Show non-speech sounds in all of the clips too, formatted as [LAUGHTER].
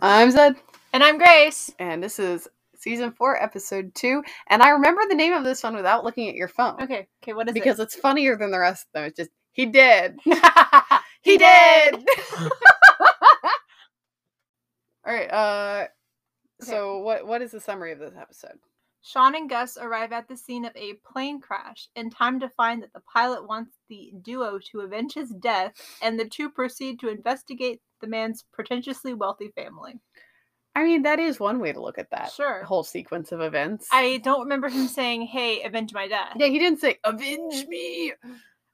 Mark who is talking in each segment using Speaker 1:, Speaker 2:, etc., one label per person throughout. Speaker 1: I'm Zed,
Speaker 2: And I'm Grace.
Speaker 1: and this is season four, episode two. And I remember the name of this one without looking at your phone
Speaker 2: Okay. Okay. What is
Speaker 1: because it's funnier than the rest of them. It's just [LAUGHS] he did,
Speaker 2: it?
Speaker 1: he,
Speaker 2: He
Speaker 1: did. [LAUGHS]
Speaker 2: did.
Speaker 1: All right. Uh,
Speaker 2: Okay.
Speaker 1: so what what is the summary of this episode?
Speaker 2: Sean and Gus arrive at the scene of a plane crash in time to find that the pilot wants the duo to avenge his death, and the two proceed to investigate the man's pretentiously wealthy family.
Speaker 1: I mean, that is one way to look at that
Speaker 2: Sure.
Speaker 1: whole sequence of events.
Speaker 2: I don't remember him saying, "Hey, avenge my death."
Speaker 1: yeah, he didn't say avenge me.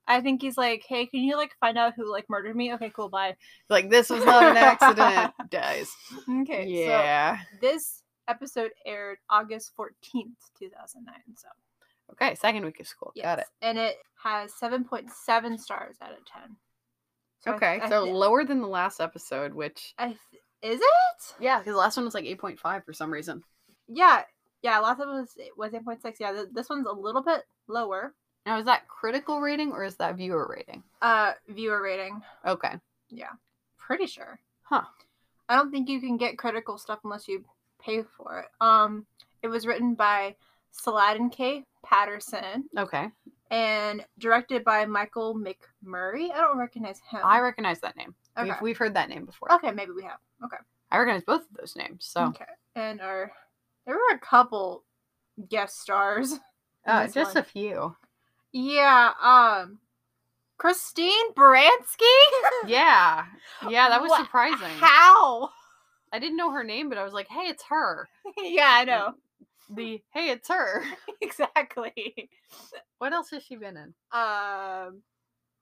Speaker 2: I think he's like, "Hey, can you like find out who like murdered me?" Okay, cool, bye.
Speaker 1: Like this was not an [LAUGHS] accident. Dies.
Speaker 2: Okay. So
Speaker 1: yeah.
Speaker 2: this episode aired August 14th, 2009. So,
Speaker 1: okay. Second week of school. Got it.
Speaker 2: And it has 7.7 stars out of 10. So I-
Speaker 1: Okay,
Speaker 2: I
Speaker 1: so
Speaker 2: thi-
Speaker 1: lower than the last episode, which
Speaker 2: I th- is it?
Speaker 1: yeah, because the last one was like eight point five for some reason.
Speaker 2: Yeah. Yeah, last one was was 8.6. Yeah, th- this one's a little bit lower
Speaker 1: Now is that critical rating or is that viewer rating?
Speaker 2: uh viewer rating.
Speaker 1: Okay,
Speaker 2: Pretty sure.
Speaker 1: Huh.
Speaker 2: I don't think you can get critical stuff unless you pay for it. Um it was written by Saladin K. Patterson
Speaker 1: okay,
Speaker 2: and directed by Michael McMurray. I don't recognize him.
Speaker 1: I recognize that name.
Speaker 2: okay.
Speaker 1: We've, we've heard that name before.
Speaker 2: okay, maybe we have. Okay.
Speaker 1: I recognize both of those names. So uh,
Speaker 2: Okay. And our there were a couple guest stars. [LAUGHS] in
Speaker 1: uh,
Speaker 2: this
Speaker 1: just
Speaker 2: one.
Speaker 1: a [LAUGHS] few.
Speaker 2: Yeah, um Christine Baranski?
Speaker 1: [LAUGHS] Yeah, yeah, that was
Speaker 2: Wha-
Speaker 1: surprising.
Speaker 2: How? [LAUGHS]
Speaker 1: I didn't know her name, but I was like, hey, it's her.
Speaker 2: yeah, I know. [LAUGHS]
Speaker 1: The hey, it's her.
Speaker 2: exactly.
Speaker 1: [LAUGHS] What else has she been in?
Speaker 2: Um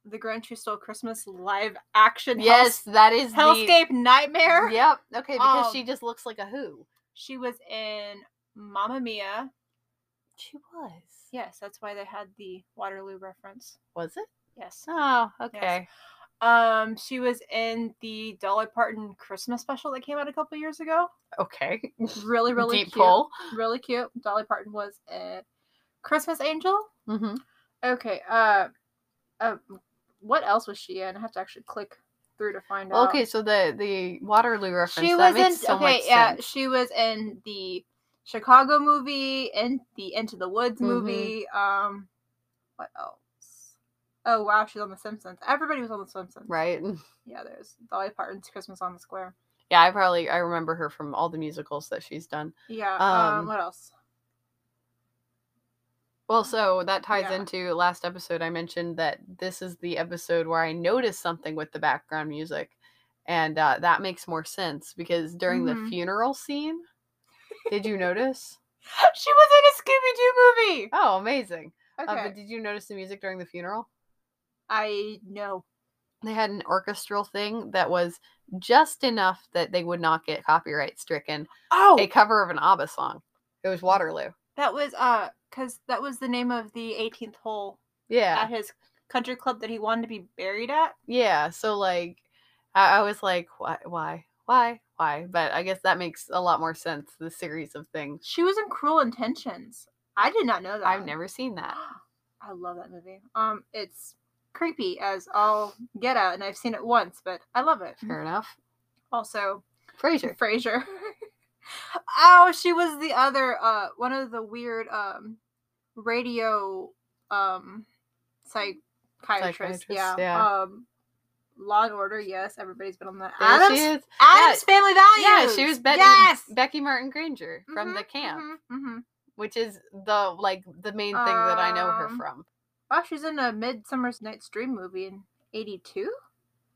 Speaker 2: The Grinch Who Stole Christmas live action
Speaker 1: Yes, that is
Speaker 2: Hells- Hellscape Nightmare.
Speaker 1: The, yep. Okay, because
Speaker 2: Um,
Speaker 1: she just looks like a who.
Speaker 2: She was in Mamma Mia.
Speaker 1: She was.
Speaker 2: Yes, that's why they had the Waterloo reference.
Speaker 1: Was it?
Speaker 2: Yes.
Speaker 1: Oh, okay.
Speaker 2: Um, she was in the Dolly Parton Christmas special that came out a couple
Speaker 1: [LAUGHS]
Speaker 2: years ago.
Speaker 1: Okay.
Speaker 2: Really, really
Speaker 1: Deep
Speaker 2: cute.
Speaker 1: pull.
Speaker 2: Really cute. Dolly Parton was a Christmas angel.
Speaker 1: Mm-hmm.
Speaker 2: Okay. Uh, uh, what else was she in? I have to actually click through to find out.
Speaker 1: Okay, so the the Waterloo reference.
Speaker 2: She
Speaker 1: that
Speaker 2: was in.
Speaker 1: makes so
Speaker 2: okay,
Speaker 1: much
Speaker 2: yeah,
Speaker 1: sense.
Speaker 2: she was in the Chicago movie and the Into the Woods
Speaker 1: Mhm.
Speaker 2: movie. Um, what else? Oh wow, she's on The Simpsons. Everybody was on The Simpsons.
Speaker 1: Right. [LAUGHS]
Speaker 2: Yeah, there's Dolly Parton's Christmas on the Square.
Speaker 1: Yeah, I probably I remember her from all the musicals that she's done.
Speaker 2: Yeah. Um,
Speaker 1: Um,
Speaker 2: what else?
Speaker 1: Well, so that ties
Speaker 2: Yeah.
Speaker 1: into last episode I mentioned that this is the episode where I noticed something with the background music. And uh, that makes more sense because during the
Speaker 2: Mhm.
Speaker 1: funeral scene, did
Speaker 2: [LAUGHS]
Speaker 1: you notice?
Speaker 2: [LAUGHS] she was in a Scooby Doo movie.
Speaker 1: Oh, amazing. Uh,
Speaker 2: Okay.
Speaker 1: but did you notice the music during the funeral?
Speaker 2: I know.
Speaker 1: they had an orchestral thing that was just enough that they would not get copyright stricken.
Speaker 2: Oh,
Speaker 1: A cover of an ABBA song. It was Waterloo.
Speaker 2: that was uh, cause that was the name of the 18th hole
Speaker 1: Yeah.
Speaker 2: at his country club that he wanted to be buried at.
Speaker 1: Yeah. So like I, I was like, why why? Why? Why? But I guess that makes a lot more sense, the series of things.
Speaker 2: She was in Cruel Intentions. I did not know that.
Speaker 1: I've never seen that.
Speaker 2: [GASPS] I love that movie. Um, it's creepy as all get out, and I've seen it once, but I love it.
Speaker 1: Fair enough.
Speaker 2: Also, [LAUGHS]
Speaker 1: Frasier.
Speaker 2: Frasier. oh, she was the other uh one of the weird um radio um psychiatrist.
Speaker 1: Psychiatrist,
Speaker 2: Yeah.
Speaker 1: yeah.
Speaker 2: Um Law and Order, yes, everybody's been on that.
Speaker 1: There
Speaker 2: Adam's
Speaker 1: she is.
Speaker 2: Adam's Family
Speaker 1: Yeah,
Speaker 2: Values.
Speaker 1: she was Betty
Speaker 2: Yes.
Speaker 1: Becky Martin Granger from the camp,
Speaker 2: hmm
Speaker 1: which is the like the main thing that I know her
Speaker 2: Um,
Speaker 1: from.
Speaker 2: Oh, she's in a Midsummer Night's Dream movie in '82.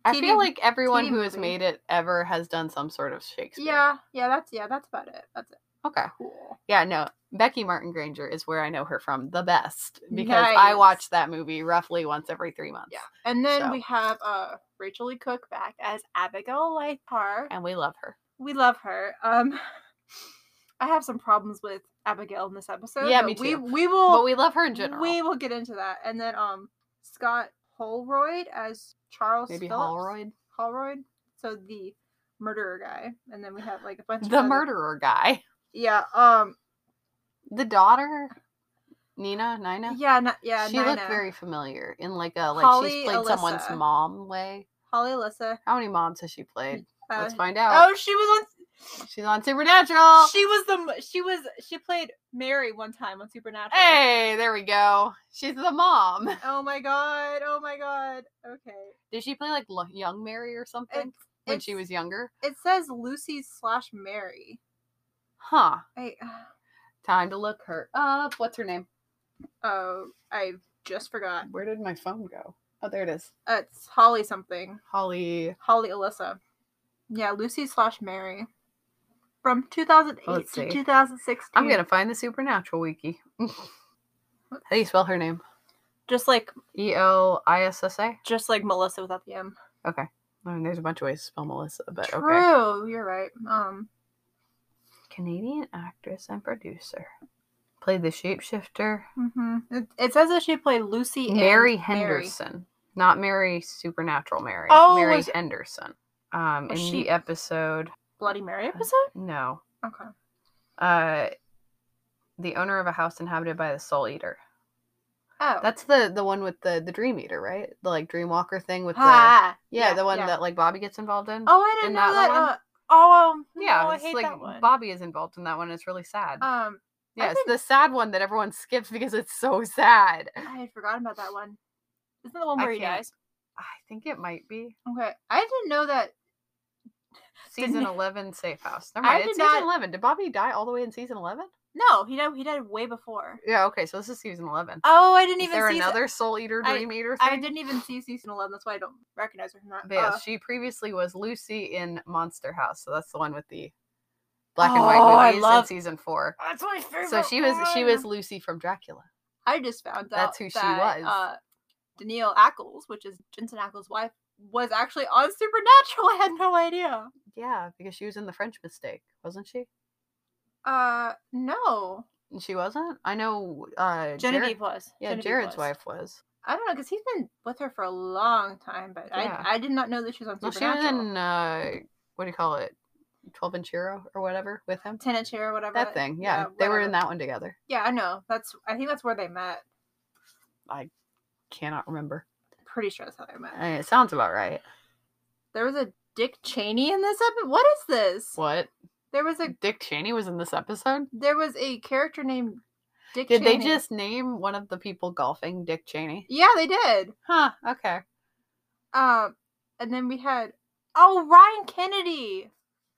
Speaker 1: I
Speaker 2: TV
Speaker 1: feel like everyone
Speaker 2: TV
Speaker 1: who has
Speaker 2: movie.
Speaker 1: made it ever has done some sort of Shakespeare.
Speaker 2: Yeah, yeah, that's yeah, that's about it. That's it.
Speaker 1: Okay.
Speaker 2: Cool.
Speaker 1: Yeah, no. Becky Martin Granger is where I know her from the best because I
Speaker 2: Nice.
Speaker 1: watch that movie roughly once every three months.
Speaker 2: Yeah, and then
Speaker 1: So.
Speaker 2: we have uh Rachel Lee Cook back as Abigail Lightheart.
Speaker 1: And we love her.
Speaker 2: We love her. Um, [LAUGHS] I have some problems with Abigail in this episode.
Speaker 1: Yeah,
Speaker 2: but
Speaker 1: me
Speaker 2: We
Speaker 1: too.
Speaker 2: we will
Speaker 1: but we love her in general.
Speaker 2: we will get into that, and then um Scott Holroyd as Charles
Speaker 1: Maybe
Speaker 2: Phillips.
Speaker 1: Holroyd.
Speaker 2: Holroyd. So the murderer guy, and then we have like a bunch of
Speaker 1: The
Speaker 2: other-
Speaker 1: murderer guy.
Speaker 2: Yeah. Um.
Speaker 1: The daughter. Nina, Nina.
Speaker 2: Yeah, not, yeah.
Speaker 1: she looked
Speaker 2: Nina.
Speaker 1: very familiar in like a like
Speaker 2: Holly
Speaker 1: she's played someone's
Speaker 2: Alyssa.
Speaker 1: mom way.
Speaker 2: Holly Alyssa.
Speaker 1: How many moms has she played?
Speaker 2: Uh,
Speaker 1: Let's find out.
Speaker 2: oh, she was on.
Speaker 1: She's on Supernatural.
Speaker 2: She was the m- she was she played Mary one time on Supernatural.
Speaker 1: Hey, there we go. She's the mom.
Speaker 2: Oh my god. Oh my god. Okay.
Speaker 1: Did she play like Lo- young Mary or something when she
Speaker 2: it's-
Speaker 1: was younger?
Speaker 2: It says Lucy slash Mary.
Speaker 1: Huh.
Speaker 2: I [SIGHS]
Speaker 1: Time to look her up. What's her name?
Speaker 2: oh I just forgot.
Speaker 1: Where did my phone go? Oh, there it is.
Speaker 2: Uh, it's Holly something.
Speaker 1: Holly.
Speaker 2: Holly Alyssa. Yeah, Lucy slash Mary. From 2008
Speaker 1: Let's
Speaker 2: to
Speaker 1: see.
Speaker 2: 2016.
Speaker 1: I'm gonna find the Supernatural [LAUGHS] wiki. How do you spell her name?
Speaker 2: just like
Speaker 1: E O I S S A.
Speaker 2: just like Melissa without the M.
Speaker 1: Okay. I mean, there's a bunch of ways to spell Melissa, but okay.
Speaker 2: True, you're right. Um,
Speaker 1: Canadian actress and producer. Played the shapeshifter
Speaker 2: mhm. it, it says that she played Lucy and
Speaker 1: Mary Henderson, not Mary Supernatural Mary.
Speaker 2: Oh,
Speaker 1: Mary
Speaker 2: was-
Speaker 1: Henderson. Um, in
Speaker 2: Was
Speaker 1: the
Speaker 2: she-
Speaker 1: episode,
Speaker 2: Bloody Mary episode.
Speaker 1: no,
Speaker 2: Okay.
Speaker 1: uh, the owner of a house inhabited by the Soul Eater.
Speaker 2: Oh,
Speaker 1: That's the the one with the the Dream Eater, right? The like Dream Walker thing with the yeah,
Speaker 2: ah,
Speaker 1: the one
Speaker 2: yeah.
Speaker 1: that like Bobby gets involved in.
Speaker 2: Oh, I didn't
Speaker 1: in
Speaker 2: know
Speaker 1: that
Speaker 2: that.
Speaker 1: one.
Speaker 2: uh, oh, um,
Speaker 1: yeah,
Speaker 2: no, I
Speaker 1: it's
Speaker 2: hate
Speaker 1: like
Speaker 2: that one.
Speaker 1: Bobby is involved in that one. It's really sad.
Speaker 2: um,
Speaker 1: yeah, it's
Speaker 2: think-
Speaker 1: the sad one that everyone [LAUGHS] skips because it's so sad.
Speaker 2: I had forgotten about that one. Isn't that the one
Speaker 1: I
Speaker 2: where he
Speaker 1: can't-
Speaker 2: dies?
Speaker 1: I think it might be
Speaker 2: Okay, I didn't know that. Didn't
Speaker 1: season
Speaker 2: it-
Speaker 1: eleven Safe House. Never
Speaker 2: I
Speaker 1: mind. It's
Speaker 2: did
Speaker 1: season
Speaker 2: not-
Speaker 1: eleven. Did Bobby die all the way in season eleven?
Speaker 2: No, he died. He died way before.
Speaker 1: Yeah. Okay. So this is season eleven.
Speaker 2: Oh, I didn't
Speaker 1: is
Speaker 2: even
Speaker 1: there
Speaker 2: see. se-
Speaker 1: another Soul Eater
Speaker 2: I-
Speaker 1: Dream Eater
Speaker 2: I
Speaker 1: thing?
Speaker 2: didn't even see season eleven. That's why I don't recognize her from that.
Speaker 1: But yes,
Speaker 2: Uh,
Speaker 1: she previously was Lucy in Monster House. So that's the one with the black and white
Speaker 2: Oh, I
Speaker 1: movies
Speaker 2: love-
Speaker 1: in season four.
Speaker 2: that's my favorite.
Speaker 1: So she was she
Speaker 2: one.
Speaker 1: was Lucy from Dracula.
Speaker 2: I just found
Speaker 1: That's
Speaker 2: out
Speaker 1: who she
Speaker 2: that,
Speaker 1: was.
Speaker 2: Uh, Danielle Ackles, which is Jensen Ackles' wife, was actually on Supernatural. [LAUGHS] I had no idea.
Speaker 1: Yeah, because she was in The French Mistake, wasn't she?
Speaker 2: Uh, no,
Speaker 1: And she wasn't. I know. Uh, Jared-
Speaker 2: Genevieve was.
Speaker 1: yeah,
Speaker 2: Genevieve
Speaker 1: Jared's
Speaker 2: was.
Speaker 1: wife was.
Speaker 2: I don't know because he's been with her for a long time, but
Speaker 1: Yeah.
Speaker 2: I I did not know that she was on
Speaker 1: Well, she
Speaker 2: Supernatural.
Speaker 1: was in uh, what do you call it, Twelve Inch Hero or whatever with him.
Speaker 2: Tenant chair or whatever.
Speaker 1: That thing. Yeah, they were in
Speaker 2: whatever.
Speaker 1: that one together.
Speaker 2: Yeah, I know. That's I think that's where they met.
Speaker 1: Cannot remember.
Speaker 2: Pretty sure that's how they
Speaker 1: I
Speaker 2: met.
Speaker 1: mean, it sounds about right.
Speaker 2: There was a Dick Cheney in this episode. What is this?
Speaker 1: What?
Speaker 2: There was a
Speaker 1: Dick Cheney was in this episode.
Speaker 2: there was a character named Dick.
Speaker 1: Did they
Speaker 2: Cheney.
Speaker 1: just name one of the people golfing Dick Cheney?
Speaker 2: Yeah, they did.
Speaker 1: Huh. Okay.
Speaker 2: Um, and then we had oh Ryan Kennedy.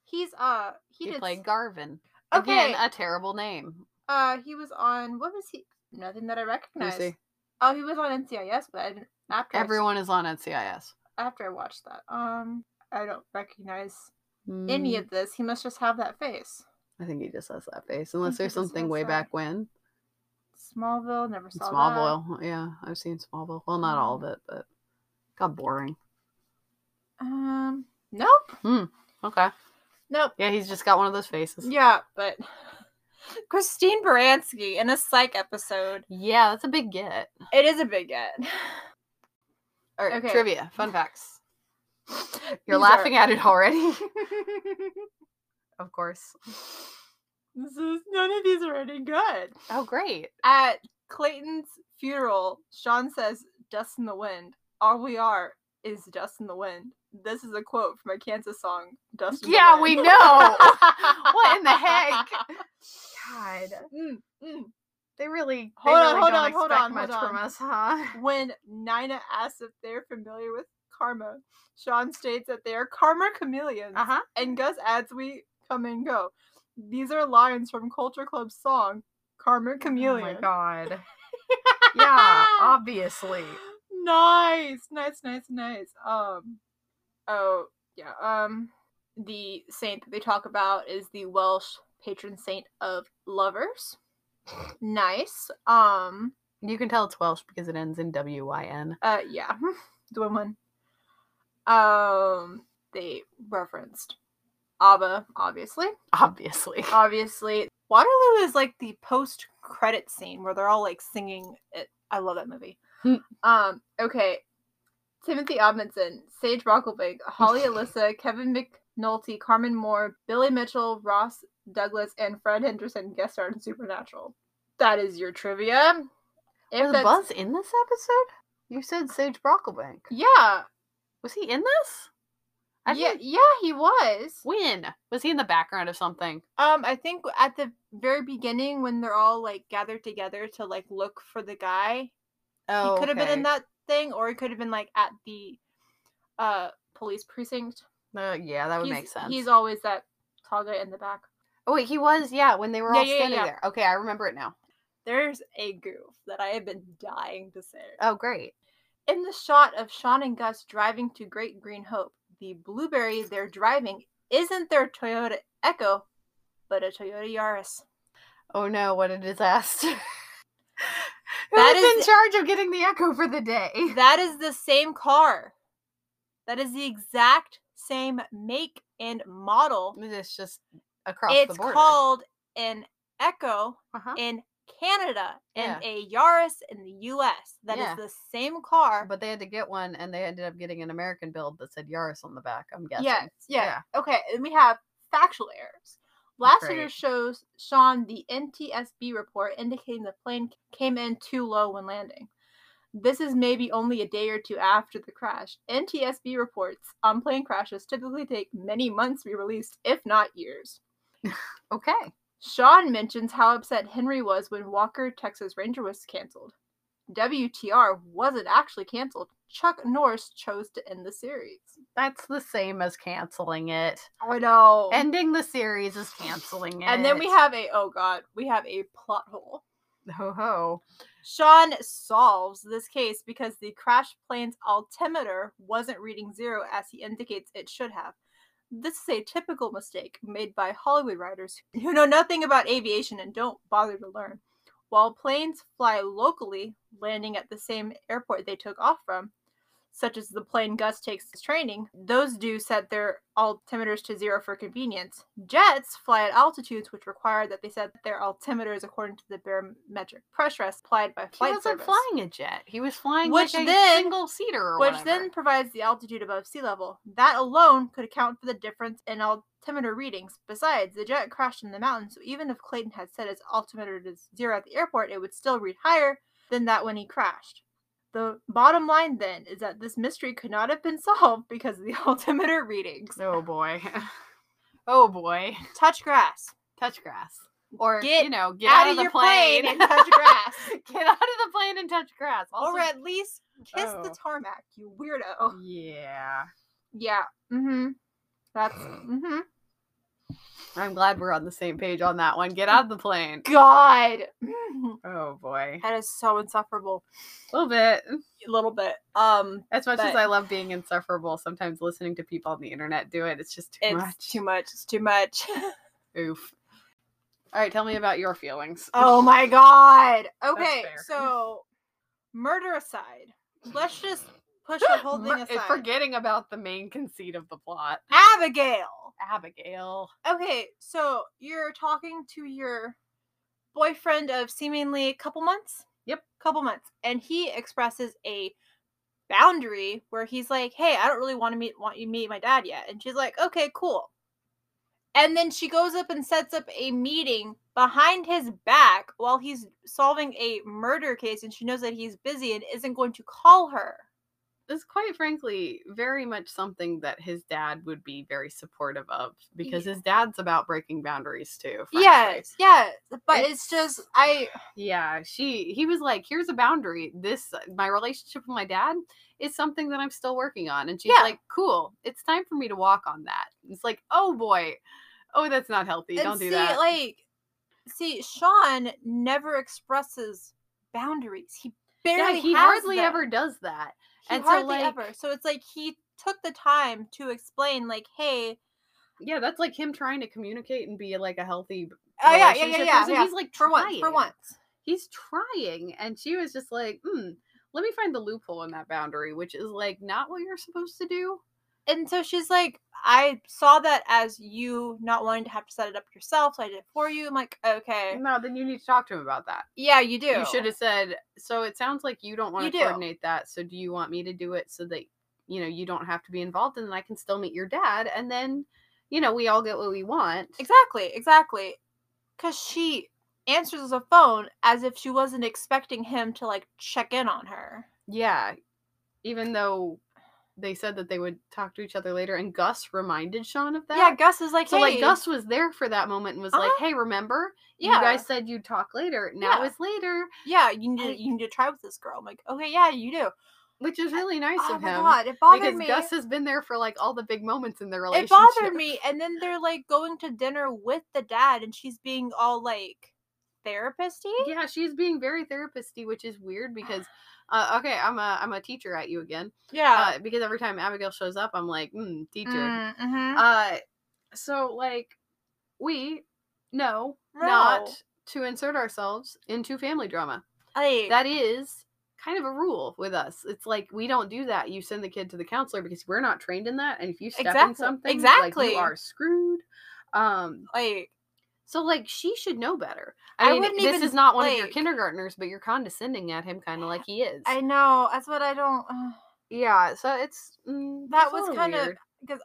Speaker 2: He's uh
Speaker 1: He,
Speaker 2: he, did s-
Speaker 1: played Garvin.
Speaker 2: okay.
Speaker 1: Again, a terrible name.
Speaker 2: uh, he was on what was he? Nothing that I
Speaker 1: You
Speaker 2: recognize.
Speaker 1: see,
Speaker 2: Oh, he was on NCIS, but I didn't, after I s-
Speaker 1: everyone is on NCIS.
Speaker 2: after I watched that, um, I don't recognize any
Speaker 1: Mm,
Speaker 2: of this. He must just have that face.
Speaker 1: I think he just has that face, unless
Speaker 2: he
Speaker 1: there's
Speaker 2: just
Speaker 1: something
Speaker 2: has
Speaker 1: way
Speaker 2: that.
Speaker 1: back when.
Speaker 2: Smallville, never saw that.
Speaker 1: Smallville. Yeah, I've seen Smallville. Well, not all of
Speaker 2: Mm.
Speaker 1: it, but got boring.
Speaker 2: Um, nope,
Speaker 1: Okay.
Speaker 2: nope.
Speaker 1: Yeah, he's just got one of those faces. Yeah,
Speaker 2: Yeah, but [LAUGHS] Christine Baranski in a psych episode.
Speaker 1: that's a big get.
Speaker 2: It is a big get.
Speaker 1: All right,
Speaker 2: Okay.
Speaker 1: trivia, [LAUGHS] fun facts.
Speaker 2: These
Speaker 1: You're
Speaker 2: are-
Speaker 1: laughing at it
Speaker 2: [LAUGHS]
Speaker 1: already. of course.
Speaker 2: This is none of these are any good.
Speaker 1: Oh, great.
Speaker 2: At Clayton's funeral, Sean says, "Dust in the wind. All we are is dust in the wind." This is a quote from a Kansas song, "Dust." In
Speaker 1: Yeah,
Speaker 2: the
Speaker 1: we
Speaker 2: wind. [LAUGHS]
Speaker 1: know. What in the heck? God,
Speaker 2: Mm, mm.
Speaker 1: they really,
Speaker 2: Hold
Speaker 1: they
Speaker 2: on,
Speaker 1: really
Speaker 2: hold
Speaker 1: don't
Speaker 2: on, hold
Speaker 1: expect
Speaker 2: on,
Speaker 1: much
Speaker 2: hold
Speaker 1: from
Speaker 2: on.
Speaker 1: us, huh?
Speaker 2: When Nina asks if they're familiar with karma, Sean states that they are karma chameleons.
Speaker 1: Uh [LAUGHS] huh.
Speaker 2: And Gus adds, We come and go. These are lines from Culture Club's song, Karma Chameleon.
Speaker 1: Oh my god. [LAUGHS]
Speaker 2: [LAUGHS]
Speaker 1: yeah, obviously.
Speaker 2: Nice, nice, nice, nice. Um, oh, yeah. Um, the saint that they talk about is the Welsh patron saint of lovers.
Speaker 1: [LAUGHS]
Speaker 2: Nice. Um,
Speaker 1: You can tell it's Welsh because it ends in W Y N. [LAUGHS]
Speaker 2: Uh, yeah, [LAUGHS] the one one. Um, they referenced Abba, obviously. [LAUGHS]
Speaker 1: Obviously.
Speaker 2: Obviously, Waterloo is like the post-credit scene where they're all like singing. It. I love that movie.
Speaker 1: Hmm.
Speaker 2: um, okay. Timothy Amundsen, Sage Brocklebank, Holly Alyssa, Kevin McNulty, Carmen Moore, Billy Mitchell, Ross Douglas, and Fred Henderson guest starred in Supernatural. That is your trivia. If
Speaker 1: Was
Speaker 2: that's-
Speaker 1: Buzz in this episode? You said Sage Brocklebank.
Speaker 2: Yeah,
Speaker 1: Was he in this? I
Speaker 2: yeah,
Speaker 1: think-
Speaker 2: yeah, he was.
Speaker 1: When was he in the background of something?
Speaker 2: Um, I think at the very beginning when they're all like gathered together to like look for the guy,
Speaker 1: Oh,
Speaker 2: he could have been in that thing, or he could have been like at the uh police precinct.
Speaker 1: Uh, yeah, that would
Speaker 2: he's,
Speaker 1: make sense.
Speaker 2: He's always that tall guy in the back.
Speaker 1: oh wait, he was. Yeah, when they were
Speaker 2: Yeah,
Speaker 1: all
Speaker 2: yeah, yeah,
Speaker 1: standing
Speaker 2: yeah.
Speaker 1: there. Okay, I remember it now.
Speaker 2: There's a goof that I have been dying to say.
Speaker 1: Oh great.
Speaker 2: In the shot of Sean and Gus driving to Great Green Hope, the blueberry they're driving isn't their Toyota Echo, but a Toyota Yaris.
Speaker 1: Oh no, what a disaster. [LAUGHS] Who
Speaker 2: That
Speaker 1: is in
Speaker 2: is-
Speaker 1: charge of getting the echo for the day?
Speaker 2: That is the same car. That is the exact same make and model.
Speaker 1: [LAUGHS] It's just across the
Speaker 2: it's
Speaker 1: border.
Speaker 2: called an Echo
Speaker 1: uh-huh.
Speaker 2: in Canada and a Yaris in the US. That is
Speaker 1: Yeah.
Speaker 2: the same car.
Speaker 1: But they had to get one, and they ended up getting an American build that said Yaris on the back. I'm guessing.
Speaker 2: Yes, yeah. Okay, and we have factual errors. Last
Speaker 1: Great.
Speaker 2: year shows Sean the NTSB report indicating the plane came in too low when landing. This is maybe only a day or two after the crash. NTSB reports on plane crashes typically take many months to be released, if not years.
Speaker 1: Okay.
Speaker 2: Sean mentions how upset Henry was when Walker Texas Ranger was canceled. WTR wasn't actually canceled. Chuck Norris chose to end the series.
Speaker 1: That's the same as canceling it.
Speaker 2: I know.
Speaker 1: Ending the series is canceling it.
Speaker 2: And then we have a oh god, we have a plot hole.
Speaker 1: ho ho.
Speaker 2: Sean solves this case because the crash plane's altimeter wasn't reading zero as he indicates it should have. This is a typical mistake made by Hollywood writers who know nothing about aviation and don't bother to learn. While planes fly locally, landing at the same airport they took off from, such as the plane Gus takes to training, those do set their altimeters to zero for convenience. Jets fly at altitudes which require that they set their altimeters according to the barometric pressure as applied by
Speaker 1: He
Speaker 2: flight
Speaker 1: wasn't
Speaker 2: service,
Speaker 1: flying a jet. He was flying
Speaker 2: Which
Speaker 1: like a
Speaker 2: then-
Speaker 1: single seater or
Speaker 2: which
Speaker 1: whatever.
Speaker 2: then provides the altitude above sea level. That alone could account for the difference in altimeter readings. Besides, the jet crashed in the mountains, so even if Clayton had set his altimeter to zero at the airport, it would still read higher than that when he crashed. The bottom line then is that this mystery could not have been [LAUGHS] solved because of the altimeter readings.
Speaker 1: [LAUGHS] Oh boy. oh boy.
Speaker 2: Touch grass.
Speaker 1: Touch grass. Or
Speaker 2: Get
Speaker 1: you know, get out, of the
Speaker 2: your
Speaker 1: plane.
Speaker 2: and touch grass.
Speaker 1: [LAUGHS] get out of the plane and touch grass. Also,
Speaker 2: or at least kiss the
Speaker 1: Oh.
Speaker 2: tarmac, you weirdo.
Speaker 1: Yeah.
Speaker 2: Yeah. Mm-hmm.
Speaker 1: [SIGHS]
Speaker 2: That's mm-hmm.
Speaker 1: I'm glad we're on the same page on that one. Get out of the plane.
Speaker 2: God. Mm-hmm.
Speaker 1: Oh boy.
Speaker 2: That is so insufferable.
Speaker 1: A little bit.
Speaker 2: A little bit. Um
Speaker 1: As much as
Speaker 2: But-
Speaker 1: I love being insufferable, sometimes listening to people on the internet do it, it's just too
Speaker 2: it's
Speaker 1: much.
Speaker 2: too much. It's too much. [LAUGHS]
Speaker 1: Oof. All right, tell me about your feelings. [LAUGHS]
Speaker 2: oh [LAUGHS] my god. Okay,
Speaker 1: fair.
Speaker 2: so murder aside. Let's just [GASPS] push the whole thing
Speaker 1: Mer-
Speaker 2: aside.
Speaker 1: Forgetting about the main conceit of the plot.
Speaker 2: Abigail.
Speaker 1: Abigail.
Speaker 2: Okay, so you're talking to your boyfriend of seemingly a couple months?
Speaker 1: Yep.
Speaker 2: Couple months. And he expresses a boundary where he's like, Hey, I don't really want to meet want you to meet my dad yet. And she's like, Okay, cool. And then she goes up and sets up a meeting behind his back while he's solving a murder case and she knows that he's busy and isn't going to call her.
Speaker 1: is quite frankly very much something that his dad would be very supportive of because his dad's about breaking boundaries too. frankly.
Speaker 2: Yes, yes. But it's
Speaker 1: It's-
Speaker 2: just I
Speaker 1: Yeah, she he was like, "Here's a boundary. This my relationship with my dad is something that I'm still working on." And she's
Speaker 2: Yeah.
Speaker 1: like, "Cool. It's time for me to walk on that." It's like, "Oh boy. Oh, that's not healthy. Don't do
Speaker 2: see,
Speaker 1: that."
Speaker 2: Like, see, Sean never expresses boundaries. He
Speaker 1: yeah,
Speaker 2: barely.
Speaker 1: he
Speaker 2: has
Speaker 1: hardly
Speaker 2: them.
Speaker 1: ever does that.
Speaker 2: He
Speaker 1: and so,
Speaker 2: hardly
Speaker 1: like-
Speaker 2: ever. So it's like he took the time to explain, like, "Hey,
Speaker 1: Yeah, that's like him trying to communicate and be like a healthy
Speaker 2: oh yeah, yeah, yeah,
Speaker 1: relationship
Speaker 2: yeah,
Speaker 1: person.
Speaker 2: yeah,
Speaker 1: He's like
Speaker 2: for
Speaker 1: trying.
Speaker 2: once, for once."
Speaker 1: he's trying and she was just like hmm let me find the loophole in that boundary which is like not what you're supposed to do
Speaker 2: And so she's like, "I saw that as you not wanting to have to set it up yourself, so I did it for you." I'm like, "Okay,
Speaker 1: no then you need to talk to him about that
Speaker 2: yeah, you do.
Speaker 1: you should have said so it sounds like you don't
Speaker 2: You
Speaker 1: want
Speaker 2: do.
Speaker 1: to coordinate that so do you want me to do it so that you know you don't have to be involved and i can still meet your dad and then you know we all get what we want
Speaker 2: Exactly, exactly. Because she answers the phone as if she wasn't expecting him to like check in on her.
Speaker 1: yeah even though they said that they would talk to each other later, and Gus reminded Sean of that.
Speaker 2: Yeah, Gus is like,
Speaker 1: so like
Speaker 2: "Hey."
Speaker 1: Gus was there for that moment and was like,
Speaker 2: Uh-huh.
Speaker 1: "Hey, remember?
Speaker 2: Yeah.
Speaker 1: You guys said you'd talk later. Now
Speaker 2: Yeah.
Speaker 1: it's later,"
Speaker 2: Yeah, you need,
Speaker 1: I-
Speaker 2: to, you need to try with this girl. I'm like, okay, yeah, you do.
Speaker 1: which is really nice
Speaker 2: oh
Speaker 1: of
Speaker 2: my
Speaker 1: him
Speaker 2: god, it bothered
Speaker 1: because
Speaker 2: me.
Speaker 1: Gus has been there for like all the big moments in their
Speaker 2: it
Speaker 1: relationship.
Speaker 2: bothered me. And then they're like going to dinner with the dad, and she's being all like therapisty.
Speaker 1: yeah she's being very therapisty which is weird
Speaker 2: [SIGHS]
Speaker 1: because uh, okay i'm a i'm a teacher at you again
Speaker 2: Yeah.
Speaker 1: uh, because every time abigail shows up i'm like mm, teacher
Speaker 2: Mm, mhm.
Speaker 1: uh so like we no, not
Speaker 2: No.
Speaker 1: to insert ourselves into family drama
Speaker 2: Like,
Speaker 1: that is kind of a rule with us it's like we don't do that you send the kid to the counselor because we're not trained in that and if you step in
Speaker 2: Exactly.
Speaker 1: something like
Speaker 2: Exactly.
Speaker 1: you are screwed um
Speaker 2: like
Speaker 1: so like she should know better. I,
Speaker 2: I
Speaker 1: mean,
Speaker 2: wouldn't
Speaker 1: this
Speaker 2: even,
Speaker 1: is not one of your
Speaker 2: like-
Speaker 1: kindergartners, but you're condescending at him, kind of [SIGHS] like he is.
Speaker 2: I know that's what I don't.
Speaker 1: yeah, so it's mm,
Speaker 2: That
Speaker 1: it's a
Speaker 2: was
Speaker 1: little
Speaker 2: kinda-
Speaker 1: weird.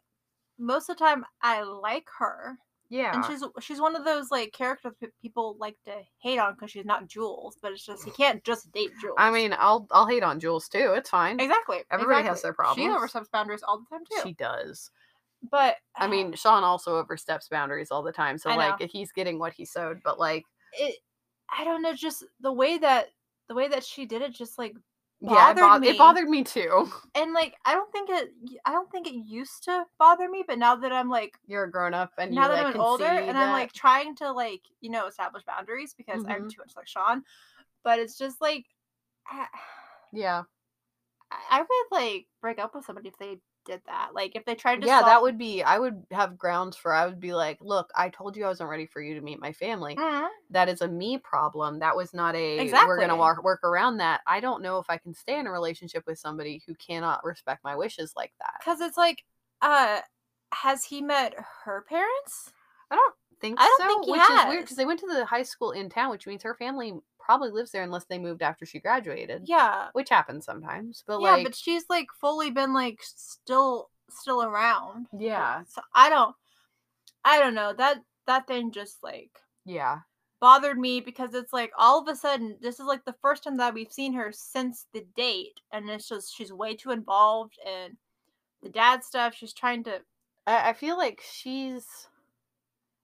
Speaker 2: most of the time, I like her,
Speaker 1: yeah,
Speaker 2: and she's she's one of those like characters pe- people like to hate on because she's not Jules, but it's just you can't just date Jules.
Speaker 1: I mean, I'll I'll hate on Jules too. It's fine.
Speaker 2: exactly.
Speaker 1: everybody has
Speaker 2: exactly.
Speaker 1: their
Speaker 2: She
Speaker 1: problems.
Speaker 2: oversteps boundaries all the time too.
Speaker 1: She does.
Speaker 2: but
Speaker 1: I [SIGHS] mean, Sean also oversteps boundaries all the time, so
Speaker 2: I know.
Speaker 1: like he's getting what he sowed. But like,
Speaker 2: [SIGHS] it i don't know just the way that the way that she did it just like
Speaker 1: yeah, it,
Speaker 2: Bothered
Speaker 1: both- it
Speaker 2: me.
Speaker 1: bothered me too. [LAUGHS]
Speaker 2: and like i don't think it y- i don't think it used to bother me but now that i'm like
Speaker 1: You're a grown up, and
Speaker 2: now
Speaker 1: you,
Speaker 2: that
Speaker 1: like,
Speaker 2: i'm
Speaker 1: can
Speaker 2: older
Speaker 1: see
Speaker 2: and i'm
Speaker 1: that-
Speaker 2: like trying to like you know establish boundaries because i'm
Speaker 1: Mhm.
Speaker 2: too much like sean but it's just like i,
Speaker 1: yeah,
Speaker 2: I- I would like break up with somebody if they did that like if they tried to
Speaker 1: yeah, that
Speaker 2: solve-
Speaker 1: would be. I would have grounds for. I would be like, look, I told you I wasn't ready for you to meet my family.
Speaker 2: Mhm.
Speaker 1: that is a me problem. That was not a we're going to
Speaker 2: Exactly.
Speaker 1: work, work around that. I don't know if I can stay in a relationship with somebody who cannot respect my wishes like that.
Speaker 2: because it's like uh has he met her parents
Speaker 1: I don't think
Speaker 2: I don't
Speaker 1: so,
Speaker 2: think he
Speaker 1: which is weird because
Speaker 2: has.
Speaker 1: they went to the high school in town, which means her family probably lives there unless they moved after she graduated,
Speaker 2: yeah
Speaker 1: which happens sometimes. But
Speaker 2: yeah,
Speaker 1: like,
Speaker 2: but she's like fully been like still still around.
Speaker 1: yeah,
Speaker 2: So I don't I don't know. That that thing just like
Speaker 1: yeah,
Speaker 2: bothered me because it's like all of a sudden this is like the first time that we've seen her since the date and it's just she's way too involved in the dad stuff. She's trying to
Speaker 1: I, I feel like she's.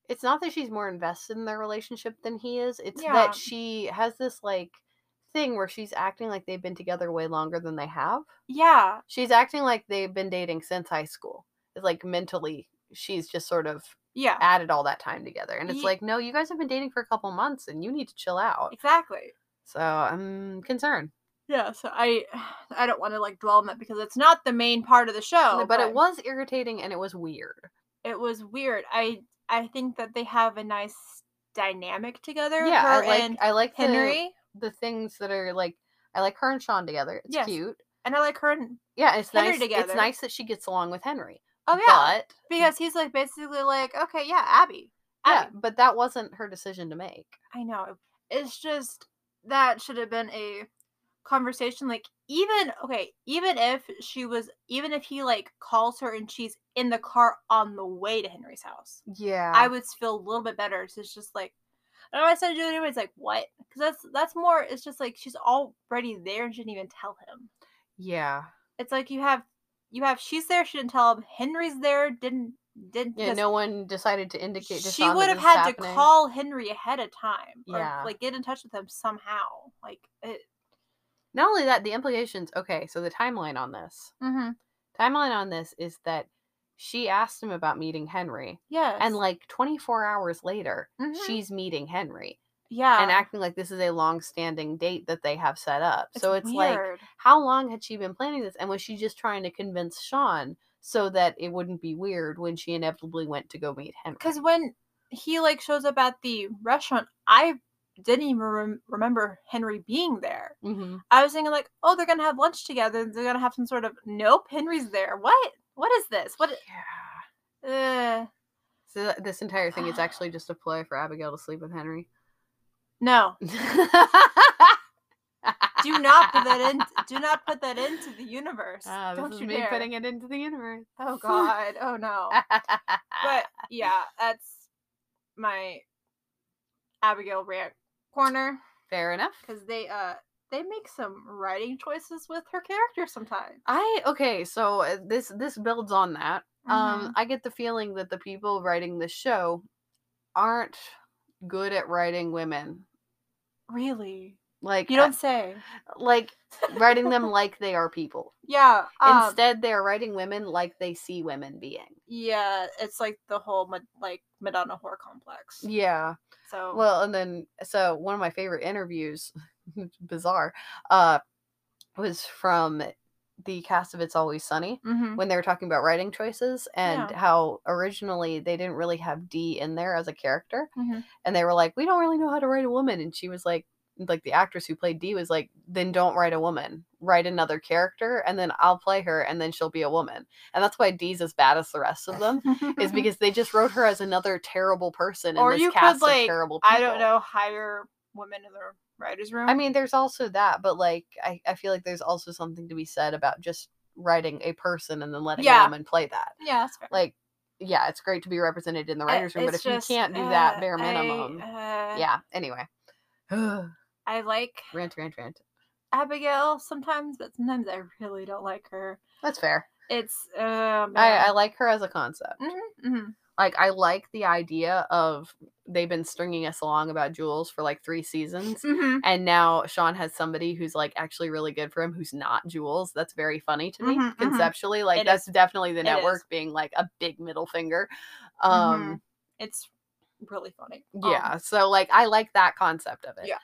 Speaker 1: It's not that she's more invested in their relationship than he is. It's
Speaker 2: Yeah.
Speaker 1: that she has this like thing where she's acting like they've been together way longer than they have.
Speaker 2: Yeah.
Speaker 1: she's acting like they've been dating since high school. It's like mentally, she's just sort of
Speaker 2: Yeah.
Speaker 1: added all that time together. And it's
Speaker 2: Ye-
Speaker 1: like, no, you guys have been dating for a couple months and you need to chill out.
Speaker 2: Exactly.
Speaker 1: So I'm concerned.
Speaker 2: Yeah, so I [SIGHS] I don't want to like dwell on that because it's not the main part of the show.
Speaker 1: but, it was irritating and it was weird.
Speaker 2: it was weird. I I think that they have a nice dynamic together.
Speaker 1: Yeah, I
Speaker 2: her
Speaker 1: like
Speaker 2: and
Speaker 1: I like the-
Speaker 2: Henry,
Speaker 1: The, things that are like I like her and Sean together. It's
Speaker 2: Yes.
Speaker 1: cute.
Speaker 2: and I like her. And,
Speaker 1: Yeah, it's
Speaker 2: Henry
Speaker 1: nice. It's
Speaker 2: together.
Speaker 1: nice that she gets along with Henry.
Speaker 2: oh yeah,
Speaker 1: But
Speaker 2: because he's like basically like, okay, yeah, Abby.
Speaker 1: yeah,
Speaker 2: Abby.
Speaker 1: but that wasn't her decision to make.
Speaker 2: I know. It's just that should have been a conversation. Like even okay, even if she was, even if he like calls her and she's in the car on the way to Henry's house,
Speaker 1: Yeah.
Speaker 2: I would feel a little bit better. So it's just like, I don't know. I said to do it anyway. It's like what? Because that's that's more. It's just like she's already there and she didn't even tell him.
Speaker 1: yeah.
Speaker 2: It's like you have you have she's there. She didn't tell him. Henry's there. Didn't didn't.
Speaker 1: Yeah,
Speaker 2: because
Speaker 1: no one decided to indicate to
Speaker 2: she
Speaker 1: Sean that
Speaker 2: would have
Speaker 1: this
Speaker 2: had
Speaker 1: is
Speaker 2: to
Speaker 1: happening.
Speaker 2: call Henry ahead of time. Or,
Speaker 1: Yeah.
Speaker 2: like get in touch with him somehow. Like it.
Speaker 1: not only that the implications okay so the timeline on this
Speaker 2: Mm-hmm.
Speaker 1: timeline on this is that she asked him about meeting henry
Speaker 2: Yes.
Speaker 1: and like 24 hours later
Speaker 2: Mhm.
Speaker 1: she's meeting henry
Speaker 2: yeah.
Speaker 1: and acting like this is a long-standing date that they have set up so it's like
Speaker 2: weird.
Speaker 1: how long had she been planning this and was she just trying to convince sean so that it wouldn't be weird when she inevitably went to go meet henry
Speaker 2: because when he like shows up at the restaurant, I didn't even rem- remember Henry being there.
Speaker 1: hmm
Speaker 2: I was thinking like, oh, they're gonna have lunch together. They're gonna have some sort of nope. Henry's there. What? What is this? What?
Speaker 1: yeah
Speaker 2: Uh,
Speaker 1: so th- this entire
Speaker 2: [SIGHS]
Speaker 1: thing is actually just a ploy for abigail to sleep with henry
Speaker 2: no.
Speaker 1: [LAUGHS] do
Speaker 2: Do not put that in. Do not put that into the universe.
Speaker 1: [LAUGHS] Ah, this
Speaker 2: Don't
Speaker 1: is
Speaker 2: you
Speaker 1: me
Speaker 2: dare.
Speaker 1: putting it into the universe. [LAUGHS]
Speaker 2: oh God. Oh no. But yeah, that's my Abigail rant corner
Speaker 1: fair enough.
Speaker 2: because they uh they make some writing choices with her character sometimes.
Speaker 1: I okay, so uh, this this builds on that.
Speaker 2: Mm-hmm.
Speaker 1: Um, I get the feeling that the people writing this show aren't good at writing women.
Speaker 2: Really?
Speaker 1: Like uh,
Speaker 2: You don't say.
Speaker 1: like writing them
Speaker 2: [LAUGHS]
Speaker 1: like they are people.
Speaker 2: Yeah. Um,
Speaker 1: Instead, they are writing women like they see women being.
Speaker 2: yeah, it's like the whole Ma- like Madonna horror complex.
Speaker 1: Yeah.
Speaker 2: So
Speaker 1: Well, and then so one of my favorite interviews, [LAUGHS] bizarre, uh, was from the cast of [LAUGHS] It's Always Sunny.
Speaker 2: Mhm.
Speaker 1: when they were talking about writing choices and
Speaker 2: Yeah.
Speaker 1: how originally they didn't really have D in there as a character.
Speaker 2: Mhm.
Speaker 1: And they were like, we don't really know how to write a woman. And she was like, like the actress who played D was like, then don't write a woman. Write another character and then I'll play her and then she'll be a woman. And that's why D's as bad as the rest of them
Speaker 2: Mm-hmm.
Speaker 1: is because they just wrote her as another terrible person in
Speaker 2: Or
Speaker 1: this
Speaker 2: you could,
Speaker 1: cast
Speaker 2: like,
Speaker 1: of terrible people.
Speaker 2: I don't know hire women in the writers room.
Speaker 1: I mean, there's also that, but like, I, I feel like there's also something to be said about just writing a person and then letting
Speaker 2: Yeah.
Speaker 1: a woman play that.
Speaker 2: yeah, that's fair.
Speaker 1: like yeah it's great to be represented in the
Speaker 2: I-
Speaker 1: writers room but if
Speaker 2: it's just,
Speaker 1: you can't do
Speaker 2: uh,
Speaker 1: that bare
Speaker 2: I,
Speaker 1: minimum
Speaker 2: uh,
Speaker 1: yeah anyway [SIGHS] rant
Speaker 2: I like
Speaker 1: rant rant
Speaker 2: Abigail sometimes, but sometimes I really don't like her.
Speaker 1: that's fair
Speaker 2: It's uh,
Speaker 1: I, I like her as a concept
Speaker 2: hmm
Speaker 1: like i like the idea of they've been stringing us along about jules for like three seasons
Speaker 2: hmm
Speaker 1: and now sean has somebody who's like actually really good for him who's not jules that's very funny to me
Speaker 2: Mhm, mhm.
Speaker 1: conceptually like
Speaker 2: It
Speaker 1: that's definitely the
Speaker 2: It
Speaker 1: network
Speaker 2: is. Mm-hmm,
Speaker 1: being like a big middle finger um
Speaker 2: It's really funny. Um,
Speaker 1: Yeah. so like I like that concept of it.
Speaker 2: yeah.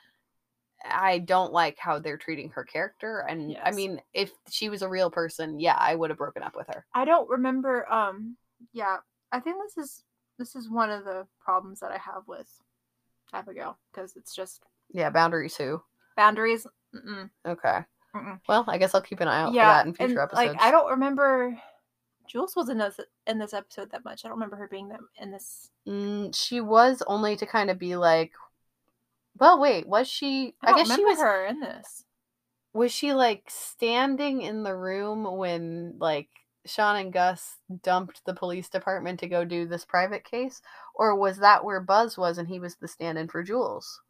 Speaker 1: I don't like how they're treating her character and I
Speaker 2: Yes.
Speaker 1: mean if she was a real person, yeah, I would have broken up with her.
Speaker 2: I don't remember. Um, yeah, I think this is this is one of the problems that I have with Abigail because it's just
Speaker 1: Yeah, boundaries who.
Speaker 2: boundaries. Mm-mm,
Speaker 1: Okay.
Speaker 2: Mm-mm.
Speaker 1: Well, I guess I'll keep an eye out
Speaker 2: Oh,
Speaker 1: for
Speaker 2: Yeah,
Speaker 1: that in future
Speaker 2: and,
Speaker 1: episodes.
Speaker 2: like I don't remember. Jules was in this in this episode that much. I don't remember her being them in this.
Speaker 1: Mm, she was only to kind of be like well, wait, was she I,
Speaker 2: I, don't
Speaker 1: guess she
Speaker 2: remember
Speaker 1: was
Speaker 2: her in this.
Speaker 1: was she like standing in the room when like Sean and Gus dumped the police department to go do this private case? Or was that where Buzz was and he was the stand in for Jules?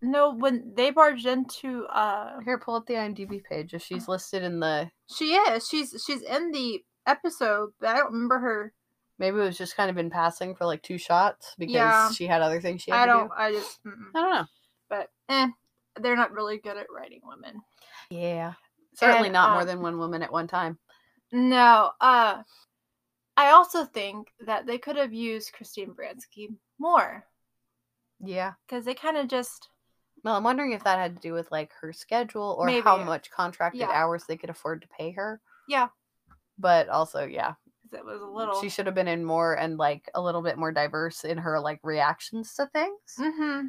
Speaker 2: No, when they barged into uh
Speaker 1: Here, pull up the IMDb page if she's listed in the.
Speaker 2: she is. She's she's in the episode, but I don't remember her.
Speaker 1: Maybe it was just kind of in passing for like two shots because
Speaker 2: Yeah.
Speaker 1: she had other things she had
Speaker 2: I
Speaker 1: to
Speaker 2: don't I just mm-mm.
Speaker 1: do. I don't know.
Speaker 2: but eh, they're not really good at writing women.
Speaker 1: Yeah. Certainly
Speaker 2: And,
Speaker 1: not more
Speaker 2: um,
Speaker 1: than one woman at one time.
Speaker 2: No, uh I also think that they could have used Christine Bransky more
Speaker 1: Yeah.
Speaker 2: because they kind of just
Speaker 1: Well, I'm wondering if that had to do with like her schedule or how
Speaker 2: Maybe.
Speaker 1: much contracted
Speaker 2: Yeah.
Speaker 1: hours they could afford to pay her.
Speaker 2: Yeah.
Speaker 1: But also, yeah,
Speaker 2: 'cause it was a little.
Speaker 1: she should have been in more and like a little bit more diverse in her like reactions to things.
Speaker 2: hmm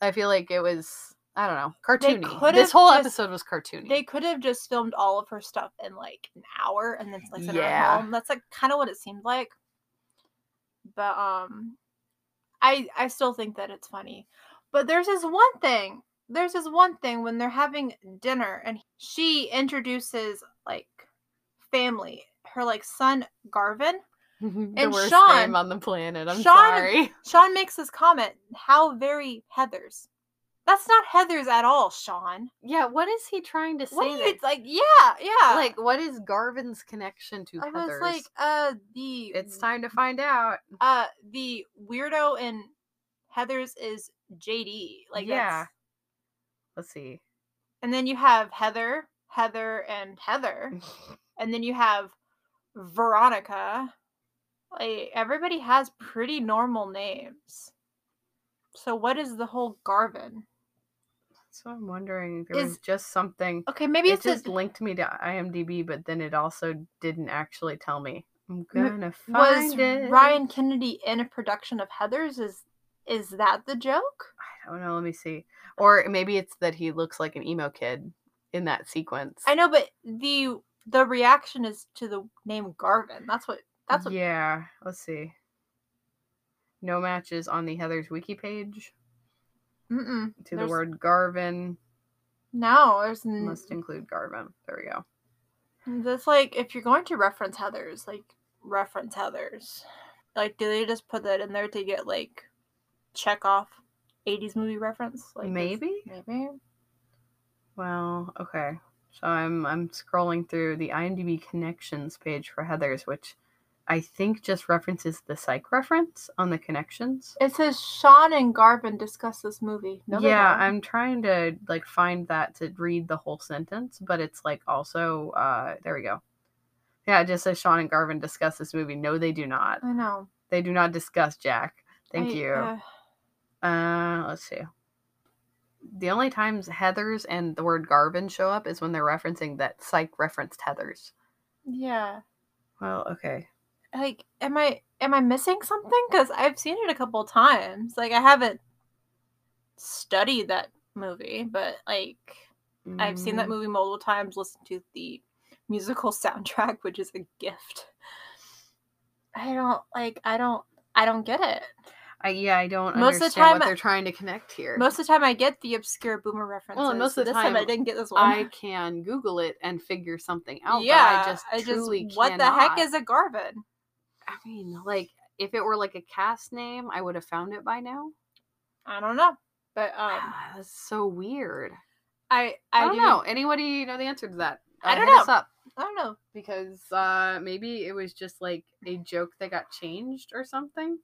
Speaker 1: I feel like it was I don't know
Speaker 2: They
Speaker 1: cartoony.
Speaker 2: could
Speaker 1: This
Speaker 2: have
Speaker 1: whole
Speaker 2: just-
Speaker 1: episode was cartoony.
Speaker 2: They could have just filmed all of her stuff in like an hour and then like sent her
Speaker 1: Yeah.
Speaker 2: home. That's like kind of what it seemed like. But um, I I still think that it's funny. But there's this one thing. There's this one thing when they're having dinner and she introduces like family. Her like son Garvin.
Speaker 1: [LAUGHS] the
Speaker 2: and
Speaker 1: worst
Speaker 2: Sean-
Speaker 1: name on the planet. I'm
Speaker 2: Sean- [LAUGHS]
Speaker 1: sorry.
Speaker 2: Sean makes this comment. How very Heather's. That's not Heather's at all, Sean.
Speaker 1: Yeah, what is he trying to say?
Speaker 2: What do you,
Speaker 1: there?
Speaker 2: it's like, yeah, yeah.
Speaker 1: like, what is Garvin's connection to
Speaker 2: I was
Speaker 1: Heather's?
Speaker 2: like, uh, the
Speaker 1: it's time to find out.
Speaker 2: uh the weirdo in Heather's is JD. Like
Speaker 1: Yeah.
Speaker 2: that's
Speaker 1: Let's see. [LAUGHS]
Speaker 2: and then you have Heather, Heather and
Speaker 1: Mm.
Speaker 2: Heather, and then you have Veronica. Like everybody has pretty normal names. So what is the whole Garvin?
Speaker 1: So I'm wondering if there was
Speaker 2: Is-
Speaker 1: just something.
Speaker 2: Okay, maybe
Speaker 1: it
Speaker 2: it's
Speaker 1: just
Speaker 2: a,
Speaker 1: linked me to IMDb, but then it also didn't actually tell me. I'm
Speaker 2: M-
Speaker 1: gonna find
Speaker 2: was
Speaker 1: it.
Speaker 2: Ryan Kennedy in a production of Heather's? Is is that the joke?
Speaker 1: I don't know. Let me see. Or maybe it's that he looks like an emo kid in that sequence.
Speaker 2: I know, but the the reaction is to the name Garvin. That's what that's what
Speaker 1: yeah. Let's see. No matches on the Heather's wiki page
Speaker 2: Mm-mm.
Speaker 1: to the
Speaker 2: There's- Mm.
Speaker 1: word Garvin.
Speaker 2: No, there's n-
Speaker 1: Must include Garvin. There we go.
Speaker 2: that's like if you're going to reference Heather's, like reference Heather's. Like, do they just put that in there to get like check off '80s movie reference? Like, is-
Speaker 1: Maybe?
Speaker 2: maybe.
Speaker 1: Wow. Okay. So I'm I'm scrolling through the IMDb connections page for Heather's, which I think just references the psych reference on the connections.
Speaker 2: It says Sean and Garvin discuss this movie. No, they
Speaker 1: yeah,
Speaker 2: don't.
Speaker 1: I'm trying to like find that to read the whole sentence, but it's like also uh there we go. Yeah, it just says Sean and Garvin discuss this movie. No, they do not.
Speaker 2: I know.
Speaker 1: They do not discuss Jack. Thank
Speaker 2: I-
Speaker 1: you.
Speaker 2: uh,
Speaker 1: Uh, let's see. The only times Heather's and the word Garvin show up is when they're referencing that psych referenced Heather's.
Speaker 2: yeah.
Speaker 1: Well, okay.
Speaker 2: Like, am I am I missing something? Because I've seen it a couple times. Like, I haven't studied that movie, but like, I've seen that
Speaker 1: Mm,
Speaker 2: movie multiple times. Listened to the musical [LAUGHS] soundtrack, which is a gift. I don't like. I don't. I don't get it.
Speaker 1: I, yeah, I don't
Speaker 2: Most of the
Speaker 1: understand what
Speaker 2: time-
Speaker 1: they're trying to connect here.
Speaker 2: Most of the time, I get the obscure boomer references.
Speaker 1: and most of the
Speaker 2: this time, I
Speaker 1: time,
Speaker 2: didn't get this one. [LAUGHS]
Speaker 1: I can Google it and figure something out.
Speaker 2: yeah,
Speaker 1: but I just truly
Speaker 2: what the heck
Speaker 1: cannot.
Speaker 2: is a Garvin?
Speaker 1: I mean, like if it were like a cast name, I would have found it by now. Ah,
Speaker 2: I don't know, but um,
Speaker 1: That's so weird.
Speaker 2: I
Speaker 1: I,
Speaker 2: I,
Speaker 1: don't
Speaker 2: do,
Speaker 1: know. Anybody know the answer to that? Uh,
Speaker 2: I don't
Speaker 1: hit us
Speaker 2: know.
Speaker 1: up.
Speaker 2: I don't know.
Speaker 1: because uh maybe it was just like a joke that got changed or something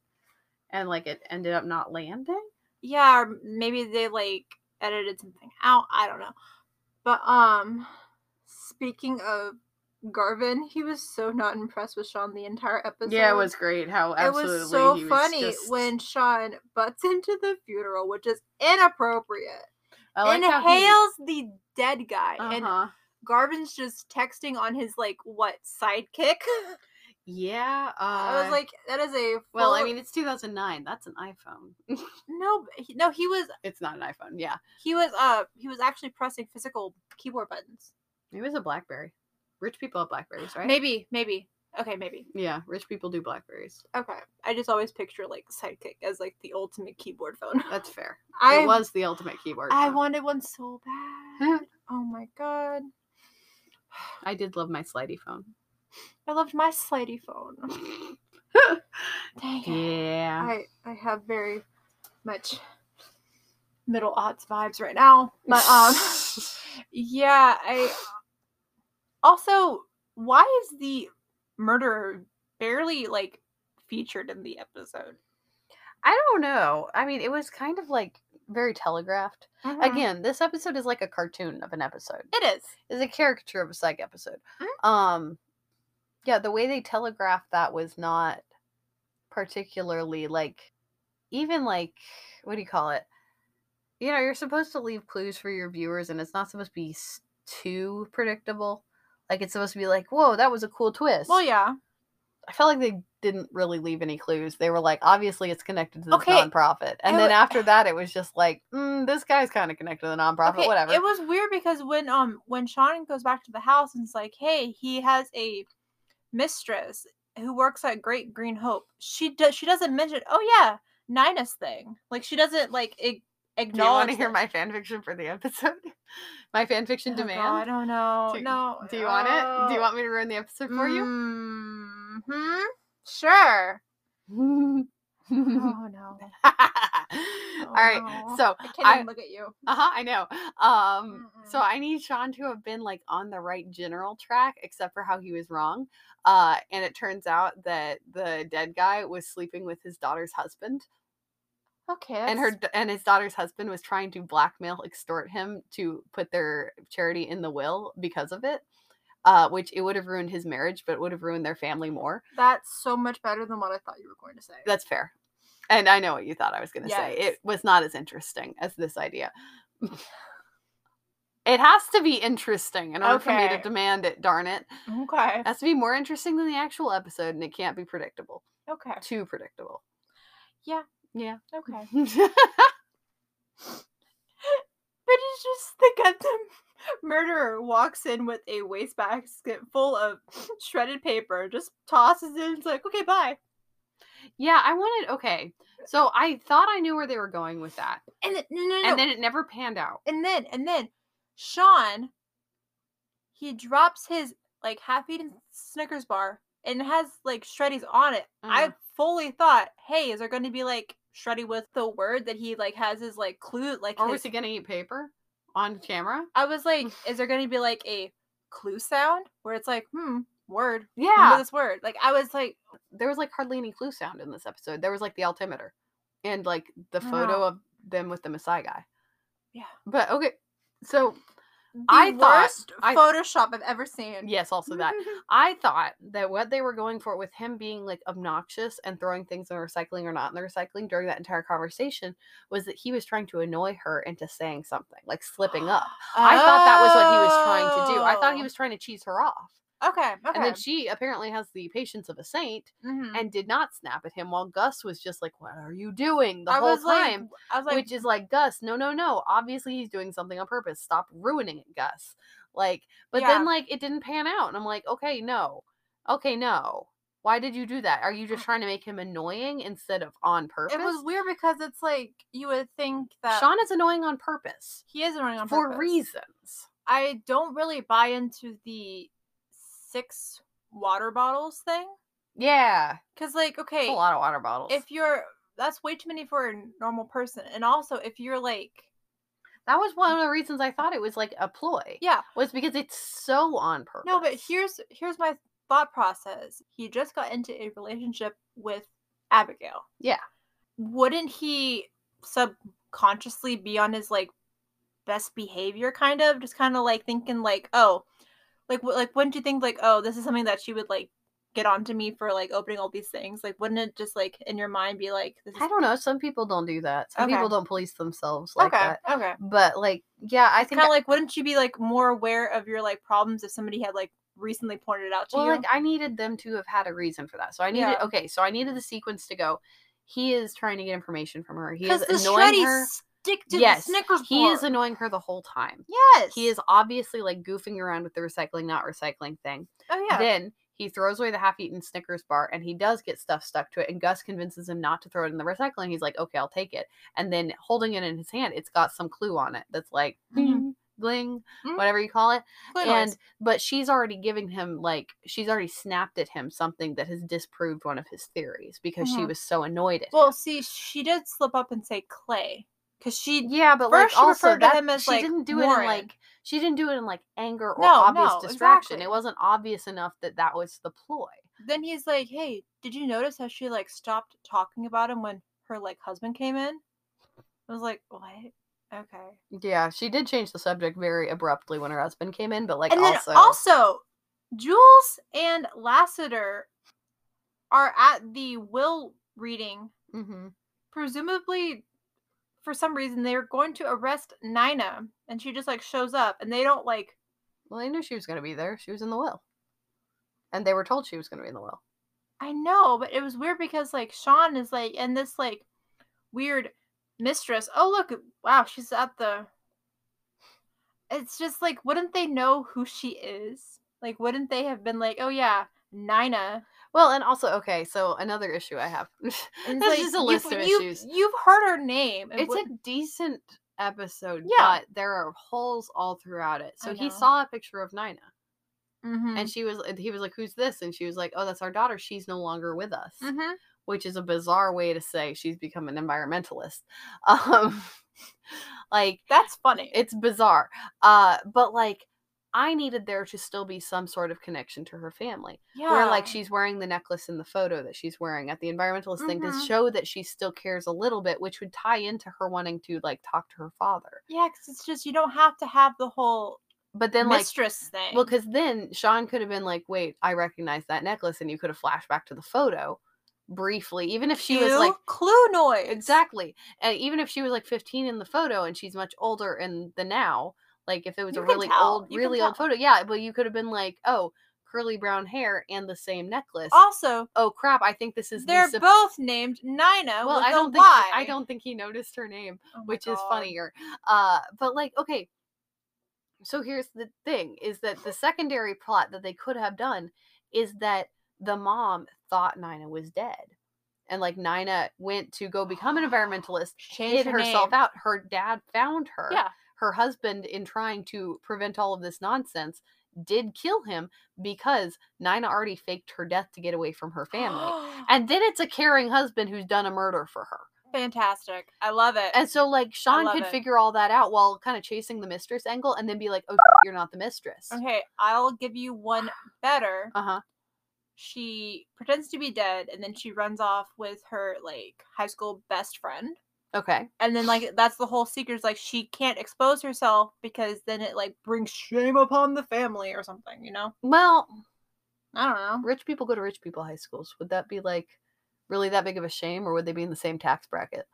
Speaker 1: and like it ended up not landing
Speaker 2: Yeah, or maybe they like edited something out. I don't know. But um, speaking of Garvin, he was so not impressed with Sean the entire episode.
Speaker 1: yeah it was great how
Speaker 2: It
Speaker 1: absolutely
Speaker 2: was so
Speaker 1: he was
Speaker 2: funny
Speaker 1: just-
Speaker 2: when Sean butts [LAUGHS] into the funeral, which is inappropriate.
Speaker 1: I like how he-
Speaker 2: inhales the dead guy, and
Speaker 1: uh-huh.
Speaker 2: Garvin's just texting on his like what sidekick. [LAUGHS]
Speaker 1: yeah uh,
Speaker 2: I was like, that is a
Speaker 1: well i
Speaker 2: full-
Speaker 1: mean it's 2009 that's an iphone
Speaker 2: no, but he, no, he was
Speaker 1: it's not an iphone yeah
Speaker 2: he was uh he was actually pressing physical keyboard buttons.
Speaker 1: maybe it's a blackberry rich people have blackberries right
Speaker 2: Maybe, maybe. Okay, maybe.
Speaker 1: yeah rich people do blackberries
Speaker 2: Okay, I just always picture like sidekick as like the ultimate keyboard phone. [LAUGHS]
Speaker 1: that's fair
Speaker 2: I
Speaker 1: it was the ultimate keyboard
Speaker 2: I
Speaker 1: phone.
Speaker 2: wanted one so
Speaker 1: [LAUGHS]
Speaker 2: bad. oh my god,
Speaker 1: i did love my slidey phone
Speaker 2: I loved my slidey
Speaker 1: [LAUGHS]
Speaker 2: phone. Dang it.
Speaker 1: yeah
Speaker 2: I I have very much middle aughts vibes right now.
Speaker 1: [LAUGHS]
Speaker 2: But um yeah, I also why is the murderer barely like featured in the episode?
Speaker 1: I don't know. I mean, it was kind of like very telegraphed.
Speaker 2: Mm.
Speaker 1: Again, this episode is like a cartoon of an episode.
Speaker 2: it is.
Speaker 1: It's a caricature of a psych episode.
Speaker 2: Mm-hmm.
Speaker 1: Um yeah, the way they telegraphed that was not particularly like even like what do you call it? You know, you're supposed to leave clues for your viewers and it's not supposed to be s- too predictable. Like it's supposed to be like, "Whoa, that was a cool twist."
Speaker 2: Well, yeah.
Speaker 1: I felt like they didn't really leave any clues. They were like, obviously, it's connected to this
Speaker 2: Okay,
Speaker 1: nonprofit, and
Speaker 2: it
Speaker 1: then
Speaker 2: wa-
Speaker 1: after that, it was just like, mm, this guy's kind of connected to the nonprofit,
Speaker 2: Okay,
Speaker 1: whatever.
Speaker 2: It was weird because when um when Sean goes back to the house and it's like, "Hey, he has a mistress who works at Great Green Hope." She does. She doesn't mention. Oh yeah, Nina's thing. Like she doesn't like ig-
Speaker 1: Do you want
Speaker 2: acknowledge.
Speaker 1: to hear
Speaker 2: that-
Speaker 1: my fan fiction for the episode? [LAUGHS] my fan fiction
Speaker 2: Oh, God, I
Speaker 1: demand.
Speaker 2: don't know.
Speaker 1: Do-
Speaker 2: no.
Speaker 1: Do you want it? Do you want me to ruin the episode for
Speaker 2: you? Hmm.
Speaker 1: [LAUGHS]
Speaker 2: Sure.
Speaker 1: Mm. you?
Speaker 2: Oh no.
Speaker 1: [LAUGHS] All right.
Speaker 2: no.
Speaker 1: So
Speaker 2: I can't
Speaker 1: I-
Speaker 2: even look at you.
Speaker 1: Uh-huh, I know. Um, so
Speaker 2: Mm-mm.
Speaker 1: I need Sean to have been like on the right general track, except for how he was wrong. Uh, and it turns out that the dead guy was sleeping with his daughter's husband,
Speaker 2: Okay.
Speaker 1: and her d- and his daughter's husband was trying to blackmail, extort him to put their charity in the will because of it. Uh, which it would have ruined his marriage, but it would have ruined their family more.
Speaker 2: That's so much better than what I thought you were going to say.
Speaker 1: That's fair. And I know what you thought I was going to say.
Speaker 2: Yes.
Speaker 1: It was not as interesting as this idea. [LAUGHS] it has to be interesting in order for me
Speaker 2: Okay.
Speaker 1: to demand it, darn it. It
Speaker 2: Okay.
Speaker 1: has to be more interesting than the actual episode, and it can't be predictable.
Speaker 2: Okay.
Speaker 1: Too predictable.
Speaker 2: Yeah.
Speaker 1: Yeah.
Speaker 2: Okay.
Speaker 1: I
Speaker 2: But it's just the goddamn [LAUGHS] murderer walks in with a wastebasket full of [SNIFFS] shredded paper, just tosses it, and it's like, okay, bye.
Speaker 1: [LAUGHS] yeah, I wanted. Okay. So I thought I knew where they were going with that.
Speaker 2: And then, no, no, no.
Speaker 1: And then it never panned out.
Speaker 2: and then, and then, Sean, he drops his like half-eaten Snickers bar and it has like shreddies on it. I
Speaker 1: Uh-huh.
Speaker 2: fully thought, hey, is there going to be like shreddy with the word that he like has his like clue, like
Speaker 1: Or
Speaker 2: his
Speaker 1: was he going to eat paper? on camera.
Speaker 2: I was like,
Speaker 1: [LAUGHS]
Speaker 2: is there going to be like a clue sound where it's like, hmm, word, remember
Speaker 1: Yeah,
Speaker 2: this word? Like, I was like,
Speaker 1: there was like hardly any clue sound in this episode. There was like the altimeter, and like the
Speaker 2: Wow.
Speaker 1: photo of them with the Maasai guy.
Speaker 2: Yeah.
Speaker 1: but okay. So
Speaker 2: the
Speaker 1: I thought-
Speaker 2: worst
Speaker 1: I-
Speaker 2: Photoshop I've ever seen.
Speaker 1: yes, also
Speaker 2: [LAUGHS]
Speaker 1: that
Speaker 2: Mm-hmm.
Speaker 1: I thought that what they were going for with him being like obnoxious and throwing things in the recycling or not in the recycling during that entire conversation was that he was trying to annoy her into saying something, like slipping up. I thought that was what he was trying to do. I thought he
Speaker 2: Oh.
Speaker 1: was trying to cheese her off.
Speaker 2: Okay. Okay.
Speaker 1: And then she apparently has the patience of a saint
Speaker 2: Mhm.
Speaker 1: and did not snap at him while Gus was just like, What are you doing? the
Speaker 2: I
Speaker 1: whole
Speaker 2: was like,
Speaker 1: time.
Speaker 2: I was like,
Speaker 1: which is like, Gus, no, no, no. Obviously, he's doing something on purpose. Stop ruining it, Gus. Like, but
Speaker 2: Yeah.
Speaker 1: then, like, it didn't pan out. And I'm like, Okay, no. Okay, no. Why did you do that? Are you just trying to make him annoying instead of on purpose?
Speaker 2: Mm. it was weird because it's like you would think that
Speaker 1: Sean is annoying on purpose
Speaker 2: he is running on
Speaker 1: for
Speaker 2: purpose.
Speaker 1: reasons.
Speaker 2: I don't really buy into the six water bottles thing
Speaker 1: Yeah.
Speaker 2: because, like, okay,
Speaker 1: It's a lot of water bottles.
Speaker 2: if you're that's way too many for a normal person, and also if you're like,
Speaker 1: That was one of the reasons I thought it was like a ploy.
Speaker 2: yeah,
Speaker 1: Was because it's so on purpose.
Speaker 2: no, but here's here's my thought process. He just got into a relationship with Abigail.
Speaker 1: Yeah.
Speaker 2: wouldn't he subconsciously be on his like best behavior kind of just kind of like thinking like oh like wh- like wouldn't you think like oh this is something that she would like get onto me for like opening all these things like wouldn't it just like in your mind be like this is
Speaker 1: I don't know. Some people don't do that. Some
Speaker 2: Okay.
Speaker 1: people don't police themselves like
Speaker 2: okay
Speaker 1: that.
Speaker 2: okay
Speaker 1: But like, yeah, I
Speaker 2: it's
Speaker 1: think
Speaker 2: kind of like wouldn't you be like more aware of your like problems if somebody had like recently pointed it out to
Speaker 1: well,
Speaker 2: you
Speaker 1: like I needed them to have had a reason for that. So I needed
Speaker 2: Yeah.
Speaker 1: okay. So I needed the sequence to go. He is trying to get information from her. He is
Speaker 2: because the
Speaker 1: annoying her.
Speaker 2: shreddies stick to
Speaker 1: yes,
Speaker 2: the snickers
Speaker 1: he is
Speaker 2: bar.
Speaker 1: annoying her the whole time.
Speaker 2: yes
Speaker 1: He is obviously like goofing around with the recycling, not recycling thing.
Speaker 2: oh yeah
Speaker 1: Then he throws away the half-eaten Snickers bar, and he does get stuff stuck to it. And Gus convinces him not to throw it in the recycling. He's like, "Okay, I'll take it." And then holding it in his hand, it's got some clue on it that's like bling,
Speaker 2: Mhm.
Speaker 1: bling,
Speaker 2: Mhm.
Speaker 1: whatever you call it.
Speaker 2: Clue noise.
Speaker 1: And but she's already giving him like she's already snapped at him something that has disproved one of his theories because she
Speaker 2: Mhm.
Speaker 1: was so annoyed at.
Speaker 2: Well,
Speaker 1: him.
Speaker 2: see, she did slip up and say clay because she
Speaker 1: yeah, but
Speaker 2: first
Speaker 1: like
Speaker 2: she
Speaker 1: also
Speaker 2: referred to
Speaker 1: that
Speaker 2: him as,
Speaker 1: she
Speaker 2: like,
Speaker 1: didn't do it
Speaker 2: Warren.
Speaker 1: in like she didn't do it in like anger or
Speaker 2: No,
Speaker 1: obvious
Speaker 2: no,
Speaker 1: distraction.
Speaker 2: exactly.
Speaker 1: It wasn't obvious enough that that was the ploy.
Speaker 2: then he's like, "Hey, did you notice how she like stopped talking about him when her like husband came in?" I was like, "What? Okay."
Speaker 1: Yeah, she did change the subject very abruptly when her husband came in, but like
Speaker 2: and then
Speaker 1: also,
Speaker 2: also, Jules and Lassiter are at the will reading,
Speaker 1: Mhm.
Speaker 2: presumably for some reason they're going to arrest Nina, and she just like shows up, and they don't like
Speaker 1: well, they knew she was going to be there. She was in the will, and they were told she was going to be in the will.
Speaker 2: I know, but it was weird because like Sean is like and this like weird mistress. Oh look, wow, she's at the It's just like wouldn't they know who she is? Like wouldn't they have been like, "Oh yeah, Nina."
Speaker 1: Well, and also, okay, so another issue I have. [LAUGHS]
Speaker 2: And
Speaker 1: That's just a list of
Speaker 2: you,
Speaker 1: issues.
Speaker 2: You've heard her name. and
Speaker 1: it's
Speaker 2: wouldn't-
Speaker 1: a decent episode,
Speaker 2: Yeah.
Speaker 1: but there are holes all throughout it. So
Speaker 2: I
Speaker 1: he
Speaker 2: know.
Speaker 1: saw a picture of Nina,
Speaker 2: Mhm,
Speaker 1: and she was, and he was like, "Who's this?" And she was like, "Oh, that's our daughter. She's no longer with us,"
Speaker 2: mhm.
Speaker 1: which is a bizarre way to say she's become an environmentalist. [LAUGHS] Um, like
Speaker 2: That's funny.
Speaker 1: it's bizarre, uh, but like. I needed there to still be some sort of connection to her family.
Speaker 2: yeah.
Speaker 1: Where, like, she's wearing the necklace in the photo that she's wearing at the environmentalist thing to
Speaker 2: Mhm.
Speaker 1: show that she still cares a little bit, which would tie into her wanting to, like, talk to her father.
Speaker 2: Yeah, cuz it's just you don't have to have the whole
Speaker 1: But then, like,
Speaker 2: mistress thing.
Speaker 1: well, because then Sean could have been like, "Wait, I recognize that necklace," and you could have flashed back to the photo briefly, even if she was
Speaker 2: Cue
Speaker 1: like
Speaker 2: clue noise.
Speaker 1: exactly, and even if she was like 15 in the photo and she's much older in the now, like if it was
Speaker 2: You
Speaker 1: a
Speaker 2: can
Speaker 1: really
Speaker 2: tell,
Speaker 1: old,
Speaker 2: you can
Speaker 1: really old
Speaker 2: tell.
Speaker 1: photo, yeah, but you could have been like, "Oh, curly brown hair and the same necklace."
Speaker 2: Also,
Speaker 1: oh crap! I think this is the
Speaker 2: They're
Speaker 1: sup-
Speaker 2: both named Nina.
Speaker 1: Well,
Speaker 2: with
Speaker 1: I
Speaker 2: a
Speaker 1: don't think
Speaker 2: Y.
Speaker 1: I don't think he noticed her name
Speaker 2: Oh my
Speaker 1: which is
Speaker 2: God.
Speaker 1: funnier. Uh, but like, okay. So here's the thing: is that the secondary plot that they could have done is that the mom thought Nina was dead, and like Nina went to go become
Speaker 2: [GASPS]
Speaker 1: an environmentalist,
Speaker 2: She changed
Speaker 1: hid
Speaker 2: her
Speaker 1: herself
Speaker 2: name.
Speaker 1: out. Her dad found her.
Speaker 2: Yeah.
Speaker 1: Her husband, in trying to prevent all of this nonsense, did kill him because Nina already
Speaker 2: [GASPS]
Speaker 1: faked her death to get away from her family. And then it's a caring husband who's done a murder for her.
Speaker 2: Fantastic. I love it.
Speaker 1: And so like Sean
Speaker 2: love
Speaker 1: could
Speaker 2: it.
Speaker 1: figure all that out while kind of chasing the mistress angle and then be like, "Oh, [LAUGHS] you're not the mistress."
Speaker 2: okay, I'll give you one better.
Speaker 1: Uh-huh.
Speaker 2: She pretends to be dead and then she runs off with her like high school best friend.
Speaker 1: Okay.
Speaker 2: And
Speaker 1: [SIGHS]
Speaker 2: then like that's the whole secret is like she can't expose herself because then it like brings shame upon the family or something, you know?
Speaker 1: Well,
Speaker 2: I don't know.
Speaker 1: rich people go to rich people high schools. Would that be like really that big of a shame or would they be in the same tax bracket?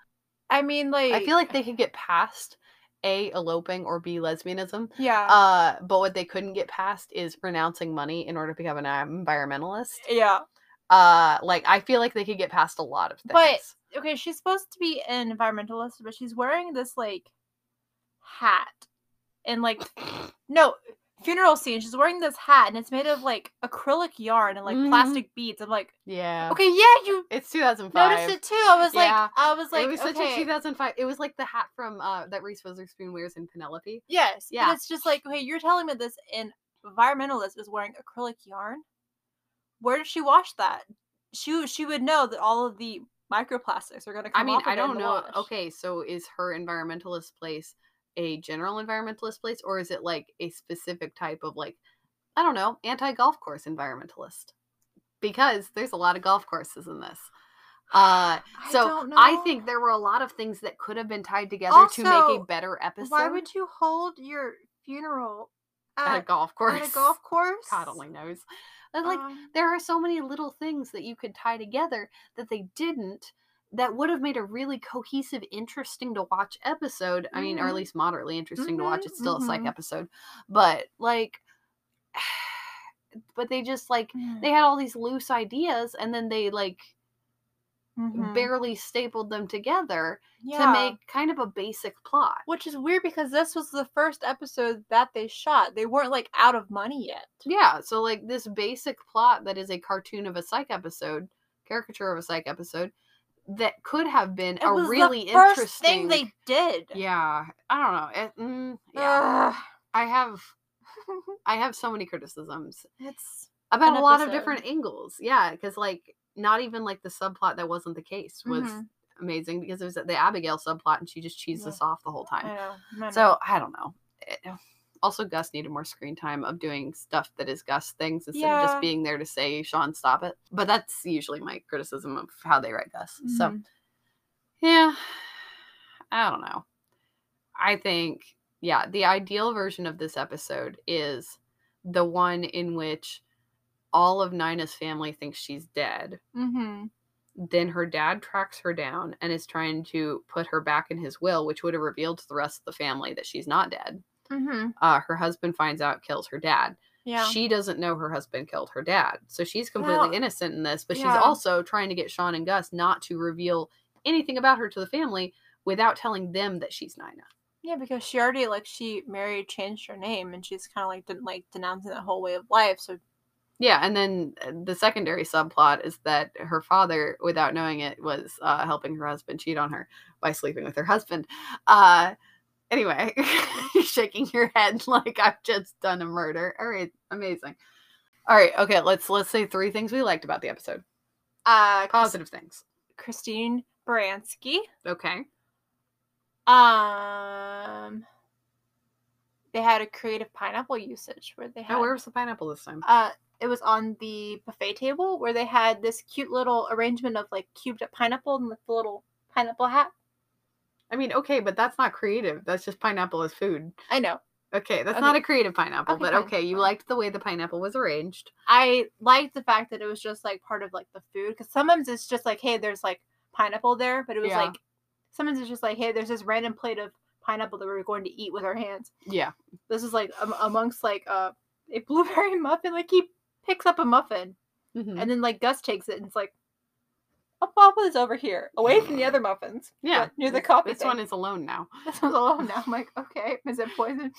Speaker 2: I mean like
Speaker 1: I feel like they could get past A eloping or B lesbianism.
Speaker 2: Yeah.
Speaker 1: Uh, but what they couldn't get past is renouncing money in order to become an environmentalist.
Speaker 2: yeah.
Speaker 1: Uh, like I feel like they could get past a lot of things.
Speaker 2: But- okay, she's supposed to be an environmentalist, but she's wearing this like hat
Speaker 1: [COUGHS]
Speaker 2: and like no funeral scene. She's wearing this hat and it's made of like acrylic yarn and like
Speaker 1: Mhm.
Speaker 2: plastic beads. I'm like,
Speaker 1: yeah,
Speaker 2: okay, yeah, you
Speaker 1: it's 2005.
Speaker 2: noticed it too. I was
Speaker 1: Yeah.
Speaker 2: like, I was like,
Speaker 1: it was such a
Speaker 2: okay,
Speaker 1: 2005. It was like the hat from uh, that Reese Witherspoon wears in Penelope.
Speaker 2: yes, yeah.
Speaker 1: Yeah.
Speaker 2: it's just like, okay, you're telling me this an environmentalist is wearing acrylic yarn. Where did she wash that? She she would know that all of the microplastics are going to come
Speaker 1: I mean,
Speaker 2: off of
Speaker 1: I
Speaker 2: it in
Speaker 1: don't
Speaker 2: the
Speaker 1: know.
Speaker 2: wash.
Speaker 1: Okay, so is her environmentalist place a general environmentalist place, or is it like a specific type of like, I don't know, anti golf course environmentalist? Because there's a lot of golf courses in this. Uh,
Speaker 2: [SIGHS] I
Speaker 1: so
Speaker 2: don't
Speaker 1: I,
Speaker 2: know.
Speaker 1: think there were a lot of things that could have been tied together to make a
Speaker 2: Also,
Speaker 1: better episode.
Speaker 2: Why would you hold your funeral
Speaker 1: at, a
Speaker 2: at,
Speaker 1: golf course?
Speaker 2: at a golf course?
Speaker 1: [LAUGHS] God only knows. And, like
Speaker 2: Um,
Speaker 1: there are so many little things that you could tie together that they didn't that would have made a really cohesive interesting to watch episode i mean or at
Speaker 2: Mhm.
Speaker 1: least moderately interesting to watch
Speaker 2: Mhm,
Speaker 1: it's still a psych
Speaker 2: mhm.
Speaker 1: episode but like [SIGHS] but they just like
Speaker 2: mm,
Speaker 1: they had all these loose ideas and then they like
Speaker 2: mhm.
Speaker 1: barely stapled them together
Speaker 2: Yeah.
Speaker 1: to make kind of a basic plot
Speaker 2: which is weird because this was the first episode that they shot. They weren't like out of money yet.
Speaker 1: yeah so like this basic plot that is a cartoon of a psych episode caricature of a psych episode that could have been
Speaker 2: It
Speaker 1: a
Speaker 2: was
Speaker 1: really
Speaker 2: the first
Speaker 1: interesting
Speaker 2: thing they did.
Speaker 1: yeah i don't know it, mm, yeah i have [LAUGHS]
Speaker 2: Ugh.
Speaker 1: i have so many criticisms
Speaker 2: it's
Speaker 1: about
Speaker 2: An
Speaker 1: a lot of
Speaker 2: episode.
Speaker 1: different angles yeah because like not even like the subplot that wasn't the case was
Speaker 2: Mhm.
Speaker 1: amazing because it was the abigail subplot and she just cheesed
Speaker 2: Yeah.
Speaker 1: us off the whole
Speaker 2: I
Speaker 1: time
Speaker 2: know. I know.
Speaker 1: so I don't know. It- also, Gus needed more screen time of doing stuff that is Gus things instead of
Speaker 2: Yeah.
Speaker 1: just being there to say, "Sean, stop it." But that's usually my criticism of how they write Gus. So
Speaker 2: Mhm.
Speaker 1: yeah, I don't know. I think yeah, the ideal version of this episode is the one in which all of Nina's family thinks she's dead.
Speaker 2: Mhm.
Speaker 1: Then her dad tracks her down and is trying to put her back in his will, which would have revealed to the rest of the family that she's not dead
Speaker 2: Mhm.
Speaker 1: uh, her husband finds out kills her dad
Speaker 2: Yeah.
Speaker 1: she doesn't know her husband killed her dad so she's completely
Speaker 2: Well,
Speaker 1: innocent in this but
Speaker 2: yeah.
Speaker 1: she's also trying to get sean and gus not to reveal anything about her to the family without telling them that she's oh. nina
Speaker 2: Yeah, because she already like she married, changed her name, and she's kind of like didn't like denouncing that whole way of life. So
Speaker 1: yeah and then uh, the secondary subplot is that her father without knowing it was uh, helping her husband cheat on her by sleeping with her husband uh, anyway [LAUGHS] you're shaking your head [LAUGHS] like i've just done a murder all right amazing all right okay let's let's say three things we liked about the episode
Speaker 2: uh, Chris-
Speaker 1: positive things.
Speaker 2: Christine Baranski.
Speaker 1: Okay.
Speaker 2: Um, they had a creative pineapple usage where they had.
Speaker 1: Now, Oh, where was the pineapple this time?
Speaker 2: uh, it was on the buffet table where they had this cute little arrangement of like cubed up pineapple and with the little pineapple hat.
Speaker 1: I mean, okay, but that's not creative. That's just pineapple as food.
Speaker 2: I know.
Speaker 1: Okay, that's
Speaker 2: Okay.
Speaker 1: not a creative pineapple,
Speaker 2: Okay,
Speaker 1: but
Speaker 2: fine,
Speaker 1: okay, you
Speaker 2: fine.
Speaker 1: liked the way the pineapple was arranged.
Speaker 2: I liked the fact that it was just like part of like the food because sometimes it's just like, hey, there's like pineapple there, but it was
Speaker 1: Yeah.
Speaker 2: like sometimes it's just like, hey, there's this random plate of pineapple that we were going to eat with our hands.
Speaker 1: Yeah.
Speaker 2: This is like am- amongst like uh, a blueberry [LAUGHS] muffin. Like he picks up a muffin
Speaker 1: Mhm.
Speaker 2: and then like Gus takes it and it's like, a muffin is over here, away from the other muffins.
Speaker 1: yeah.
Speaker 2: but near the
Speaker 1: this-
Speaker 2: coffee.
Speaker 1: This
Speaker 2: [LAUGHS]
Speaker 1: one is alone now.
Speaker 2: This
Speaker 1: [LAUGHS]
Speaker 2: was alone now. I'm like, okay, is it poison?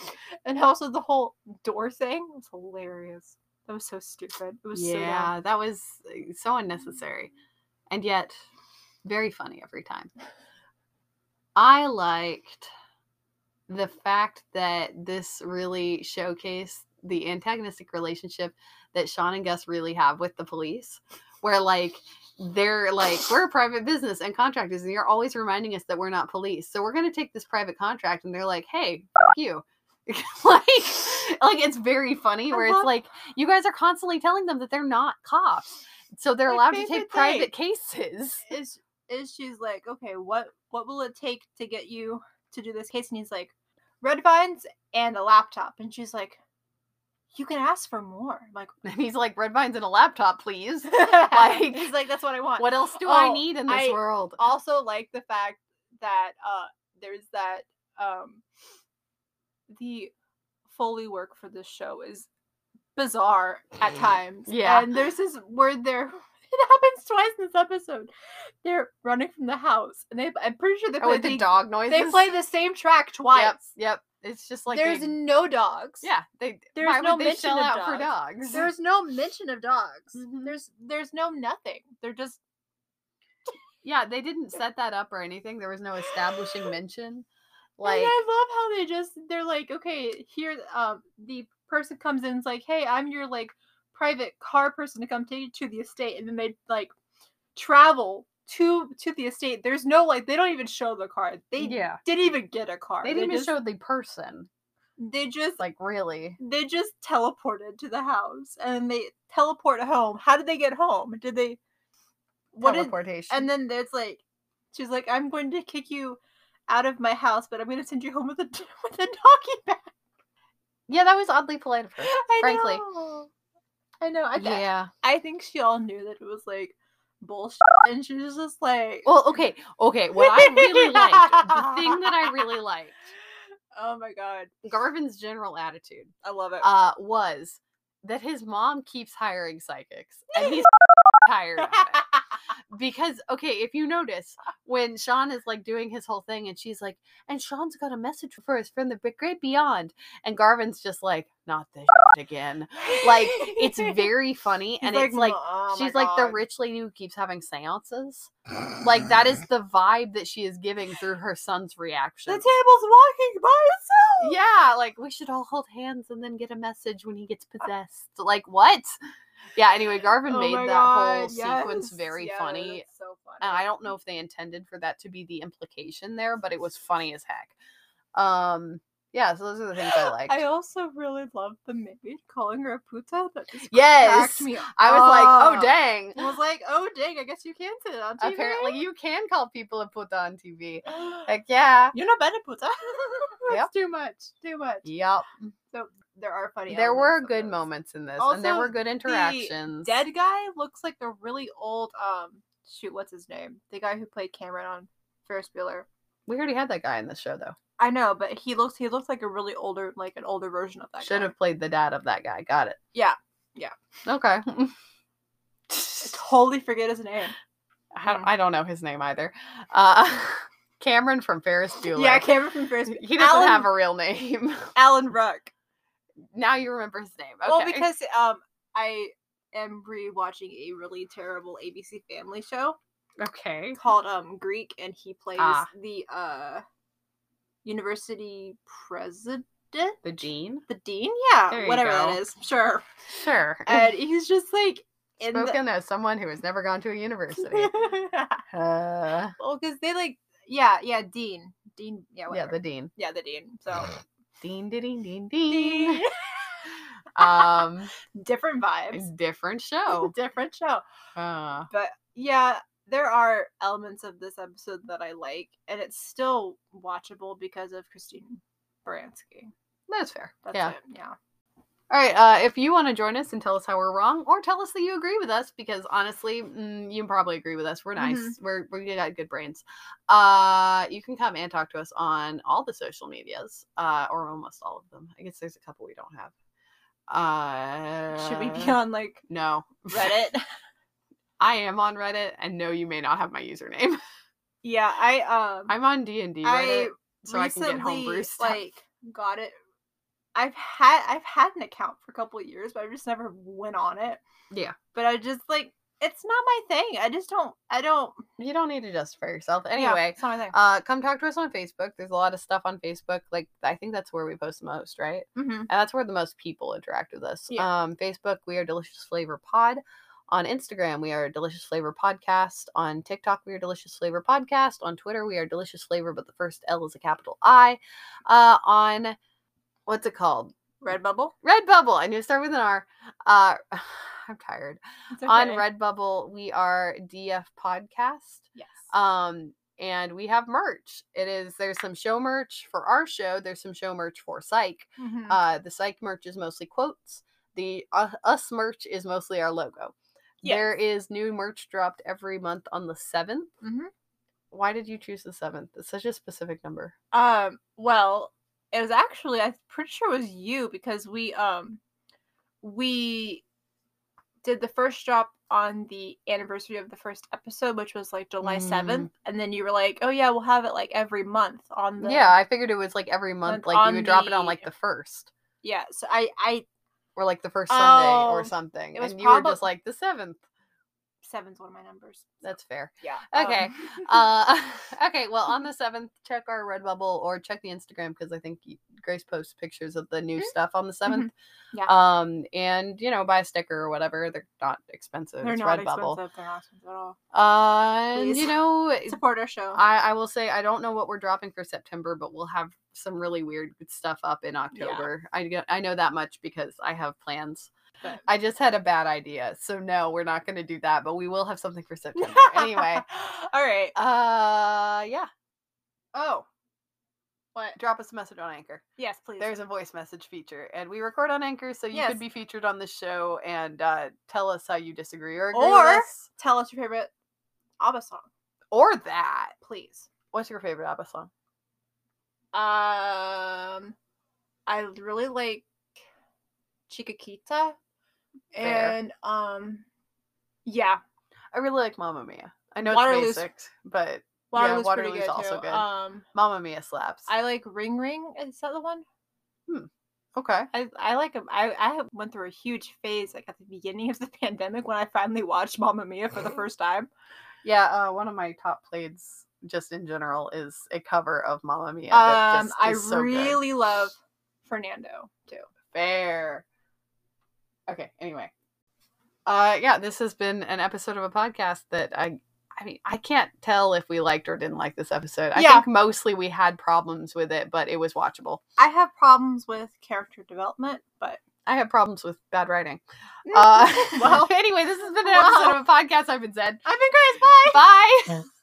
Speaker 2: And also the whole door thing was hilarious. That was so stupid. It was so dumb.
Speaker 1: yeah, that was uh, so unnecessary. And yet, very funny every time. I liked the fact that this really showcased the antagonistic relationship that Sean and Gus really have with the police, where like they're like we're a private business and contractors and you're always reminding us that we're not police so we're going to take this private contract and they're like hey f- you [LAUGHS] like like it's very funny
Speaker 2: I
Speaker 1: where it's
Speaker 2: love-
Speaker 1: like you guys are constantly telling them that they're not cops so they're
Speaker 2: My
Speaker 1: allowed to
Speaker 2: favorite
Speaker 1: take private cases [LAUGHS]
Speaker 2: is is she's like, okay, what what will it take to get you to do this case? And he's like, red vines and a laptop. And she's like, you can ask for more.
Speaker 1: [LAUGHS]
Speaker 2: I'm like,
Speaker 1: and he's like red vines and a laptop please
Speaker 2: like he's like, that's what I want.
Speaker 1: what else do i
Speaker 2: Oh,
Speaker 1: need in this
Speaker 2: I-
Speaker 1: world
Speaker 2: also like the fact that uh there's that um the foley work for this show is bizarre
Speaker 1: [SIGHS]
Speaker 2: at times
Speaker 1: Yeah.
Speaker 2: and there's this word there [LAUGHS] it happens twice in this episode they're running from the house and they i'm pretty sure they
Speaker 1: oh,
Speaker 2: play,
Speaker 1: with the dog noises
Speaker 2: they play the same track twice
Speaker 1: yep yep it's just like
Speaker 2: there's
Speaker 1: they-
Speaker 2: no dogs
Speaker 1: yeah they
Speaker 2: there's
Speaker 1: why
Speaker 2: no
Speaker 1: would they
Speaker 2: mention
Speaker 1: shell
Speaker 2: of
Speaker 1: out for dogs
Speaker 2: there's no mention of dogs
Speaker 1: Mhm.
Speaker 2: there's there's no nothing they're just
Speaker 1: [LAUGHS] Yeah, they didn't set that up or anything. There was no establishing mention.
Speaker 2: Like
Speaker 1: Like,
Speaker 2: I love how they just they're like, okay, here um the person comes in and's like, hey, I'm your like private car person to come take you to the estate, and then they like travel to to the estate. There's no like they don't even show the car. They
Speaker 1: yeah,
Speaker 2: didn't even get a car.
Speaker 1: they didn't even
Speaker 2: just,
Speaker 1: show the person.
Speaker 2: they just
Speaker 1: Like, really?
Speaker 2: they just teleported to the house and they teleport home. How did they get home? Did they what did
Speaker 1: Teleportation.
Speaker 2: and then there's like, she's like, I'm going to kick you out of my house, but I'm going to send you home with a [LAUGHS] with a doggy
Speaker 1: [LAUGHS]
Speaker 2: bag.
Speaker 1: yeah, that was oddly polite of her.
Speaker 2: I
Speaker 1: frankly.
Speaker 2: know. I know. [LAUGHS] I, th-
Speaker 1: Yeah.
Speaker 2: I think she all knew that it was like bullshit, and she was just like,
Speaker 1: Well, okay, okay. What I really liked, the thing that I really liked,
Speaker 2: "Oh my god,
Speaker 1: Garvin's general attitude,
Speaker 2: I love it."
Speaker 1: uh, was that his mom keeps hiring psychics, and he's [LAUGHS] tired
Speaker 2: [LAUGHS]
Speaker 1: of it. because okay if you notice when sean is like doing his whole thing and she's like and sean's got a message for us from the big great beyond and garvin's just like not this shit again like it's very
Speaker 2: [LAUGHS]
Speaker 1: funny and it's
Speaker 2: "Oh,
Speaker 1: like she's like the rich lady who keeps having seances [LAUGHS] like that is the vibe that she is giving through her son's
Speaker 2: The
Speaker 1: reaction
Speaker 2: table's walking by itself.
Speaker 1: yeah like we should all hold hands and then get a message when he gets possessed like what yeah anyway garvin
Speaker 2: Oh
Speaker 1: made
Speaker 2: my
Speaker 1: that whole
Speaker 2: God,
Speaker 1: sequence
Speaker 2: yes,
Speaker 1: very
Speaker 2: yeah,
Speaker 1: funny
Speaker 2: that's So funny.
Speaker 1: and I don't know if they intended for that to be the implication there, but it was funny as heck. Um, yeah, so those are the things I liked.
Speaker 2: [GASPS] I also really love the maid calling her a puta. That just
Speaker 1: yes,
Speaker 2: cracked me
Speaker 1: I was like, oh
Speaker 2: up.
Speaker 1: dang.
Speaker 2: I was like, oh dang, I guess you can sit on TV. [GASPS]
Speaker 1: Apparently, you can call people a puta on TV. Like, yeah,
Speaker 2: You're not bad at puta. [LAUGHS] That's
Speaker 1: Yep.
Speaker 2: too much. Too much.
Speaker 1: yup.
Speaker 2: So there are funny.
Speaker 1: There were
Speaker 2: elements of
Speaker 1: good
Speaker 2: this.
Speaker 1: moments in this, and there
Speaker 2: Also,
Speaker 1: were good interactions.
Speaker 2: Dead guy looks like the really old um shoot, what's his name? The guy who played Cameron on Ferris Bueller.
Speaker 1: we already had that guy in the show, though.
Speaker 2: I know, but he looks he looks like a really older like an older version of that.
Speaker 1: Should
Speaker 2: guy.
Speaker 1: have played the dad of that guy. Got it.
Speaker 2: Yeah, yeah.
Speaker 1: Okay.
Speaker 2: I totally forget his name.
Speaker 1: [LAUGHS] I don't,
Speaker 2: Mhm.
Speaker 1: I don't know his name either. Uh, [LAUGHS] Cameron from Ferris Bueller.
Speaker 2: Yeah, Cameron from Ferris. Bu-
Speaker 1: He doesn't
Speaker 2: Alan,
Speaker 1: have a real name. [LAUGHS]
Speaker 2: Alan Ruck.
Speaker 1: now you remember his name. Okay.
Speaker 2: Well, because um I am rewatching a really terrible ABC Family show.
Speaker 1: okay.
Speaker 2: called um Greek and he plays
Speaker 1: Ah.
Speaker 2: the uh university president
Speaker 1: The Gene.
Speaker 2: the dean yeah
Speaker 1: There you
Speaker 2: whatever that
Speaker 1: go.
Speaker 2: is
Speaker 1: [LAUGHS]
Speaker 2: sure
Speaker 1: Sure.
Speaker 2: and he's just like in [LAUGHS] the
Speaker 1: Spoken as someone who has never gone to a
Speaker 2: [LAUGHS]
Speaker 1: university. uh,
Speaker 2: well because they like yeah yeah dean dean yeah
Speaker 1: yeah,
Speaker 2: whatever.
Speaker 1: the Dean.
Speaker 2: yeah the dean
Speaker 1: [LAUGHS]
Speaker 2: so
Speaker 1: Dean, Dean, Dean, Dean.
Speaker 2: dean [LAUGHS]
Speaker 1: um,
Speaker 2: different vibes
Speaker 1: different
Speaker 2: [LAUGHS]
Speaker 1: show.
Speaker 2: different show
Speaker 1: Uh,
Speaker 2: but yeah there are elements of this episode that I like and it's still watchable because of Christine Baranski
Speaker 1: that's fair.
Speaker 2: that's
Speaker 1: yeah.
Speaker 2: it yeah
Speaker 1: All right. Uh, if you want to join us and tell us how we're wrong, or tell us that you agree with us, because honestly, mm, you probably agree with us. We're nice.
Speaker 2: Mhm.
Speaker 1: We're we got good brains. Uh, you can come and talk to us on all the social medias, uh, or almost all of them. I guess there's a couple we don't have. Uh,
Speaker 2: Should we be on like
Speaker 1: No, [LAUGHS]
Speaker 2: Reddit?
Speaker 1: I am on Reddit, and no, you may not have my username.
Speaker 2: [LAUGHS]
Speaker 1: [LAUGHS]
Speaker 2: yeah, I um
Speaker 1: I'm on D and D
Speaker 2: I
Speaker 1: Reddit, so I can
Speaker 2: recently
Speaker 1: get homebrew [LAUGHS] stuff.
Speaker 2: like got it. I've had I've had an account for a couple of years, but I just never went on it.
Speaker 1: Yeah.
Speaker 2: But I just like it's not my thing. I just don't. I don't.
Speaker 1: you don't need to justify yourself
Speaker 2: yeah,
Speaker 1: anyway.
Speaker 2: it's not my thing.
Speaker 1: Uh, come talk to us on Facebook. There's a lot of stuff on Facebook. Like I think that's where we post the most, right?
Speaker 2: Mhm.
Speaker 1: And that's where the most people interact with us.
Speaker 2: Yeah.
Speaker 1: Um, Facebook, we are Delicious Flavor Pod. On Instagram, we are Delicious Flavor Podcast. On TikTok, we are Delicious Flavor Podcast. On Twitter, we are Delicious Flavor, but the first L is a capital I. Uh, on what's it called?
Speaker 2: Redbubble.
Speaker 1: Redbubble. I knew it started with an R. Uh, [SIGHS] I'm tired.
Speaker 2: It's
Speaker 1: On
Speaker 2: okay.
Speaker 1: Redbubble, we are DF Podcast.
Speaker 2: Yes.
Speaker 1: Um, and we have merch. It is there's some show merch for our show. There's some show merch for Psych.
Speaker 2: Mhm.
Speaker 1: Uh, the psych merch is mostly quotes. The uh, us merch is mostly our logo. There is new merch dropped every month on the seventh.
Speaker 2: Mhm.
Speaker 1: Why did you choose the seventh? It's such a specific number.
Speaker 2: Um, well, it was actually I'm pretty sure it was you because we um we did the first drop on the anniversary of the first episode, which was like July
Speaker 1: Mm.
Speaker 2: seventh, and then you were like, "Oh yeah, we'll have it like every month on the
Speaker 1: yeah, I figured it was like every month.
Speaker 2: month
Speaker 1: Like you
Speaker 2: on
Speaker 1: would drop it on
Speaker 2: the-
Speaker 1: like the first
Speaker 2: yeah." So I I
Speaker 1: or like the first Sunday
Speaker 2: Oh,
Speaker 1: or something,
Speaker 2: it was
Speaker 1: and you were
Speaker 2: probab-
Speaker 1: just like the seventh.
Speaker 2: seven's one of my numbers.
Speaker 1: That's fair.
Speaker 2: Yeah.
Speaker 1: Okay,
Speaker 2: um, [LAUGHS]
Speaker 1: Uh, [LAUGHS] okay, well, on the seventh, check our Redbubble or check the Instagram because I think y- Grace posts pictures of the new
Speaker 2: Mhm.
Speaker 1: stuff on the 7th
Speaker 2: Yeah.
Speaker 1: Um, and you know, buy a sticker or whatever. They're not expensive.
Speaker 2: they're
Speaker 1: it's
Speaker 2: not
Speaker 1: Redbubble.
Speaker 2: expensive. They're not expensive at all.
Speaker 1: Uh,
Speaker 2: Please.
Speaker 1: you know,
Speaker 2: Support our show. [LAUGHS]
Speaker 1: I I will say I don't know what we're dropping for September, but we'll have some really weird stuff up in October. I g- I know that much because I have plans.
Speaker 2: But-
Speaker 1: I just had a bad idea, so no, we're not going to do that. But we will have something
Speaker 2: [LAUGHS]
Speaker 1: for September anyway.
Speaker 2: all right.
Speaker 1: Uh, yeah.
Speaker 2: Oh, what?
Speaker 1: Drop us a message on Anchor.
Speaker 2: Yes, please.
Speaker 1: There's a voice message feature, and we record on Anchor, so you
Speaker 2: Yes.
Speaker 1: could be featured on the show and uh, tell us how you disagree or agree
Speaker 2: Or-
Speaker 1: with us,
Speaker 2: tell us your favorite ABBA song,
Speaker 1: or that.
Speaker 2: please.
Speaker 1: What's your favorite ABBA song?
Speaker 2: Um, I really like Chiquita,
Speaker 1: Fair.
Speaker 2: and um, yeah,
Speaker 1: I really like Mamma Mia. I know
Speaker 2: Waterloo's-
Speaker 1: it's basic, but
Speaker 2: Waterloo's,
Speaker 1: Waterloo's
Speaker 2: pretty good
Speaker 1: also
Speaker 2: too.
Speaker 1: good.
Speaker 2: Um,
Speaker 1: Mamma Mia slaps.
Speaker 2: I like Ring Ring. Is that the one?
Speaker 1: okay.
Speaker 2: I, I like 'em- I I went through a huge phase like at the beginning of the [LAUGHS] pandemic when I finally watched Mamma
Speaker 1: [LAUGHS]
Speaker 2: Mia for the first time.
Speaker 1: Yeah, uh, one of my top plays just in general is a cover of Mamma Mia. that
Speaker 2: um,
Speaker 1: just
Speaker 2: I
Speaker 1: is so good.
Speaker 2: really love Fernando too.
Speaker 1: fair. Okay, anyway. Uh yeah, this has been an episode of a podcast that I I mean, I can't tell if we liked or didn't like this episode. I
Speaker 2: Yeah.
Speaker 1: think mostly we had problems with it, but it was watchable.
Speaker 2: I have problems with character development, but
Speaker 1: I have problems with bad writing. Uh [LAUGHS]
Speaker 2: well, [LAUGHS]
Speaker 1: anyway, this has been an episode
Speaker 2: Well.
Speaker 1: of a podcast. I've been Zed.
Speaker 2: I've been Grace. Bye.
Speaker 1: Bye.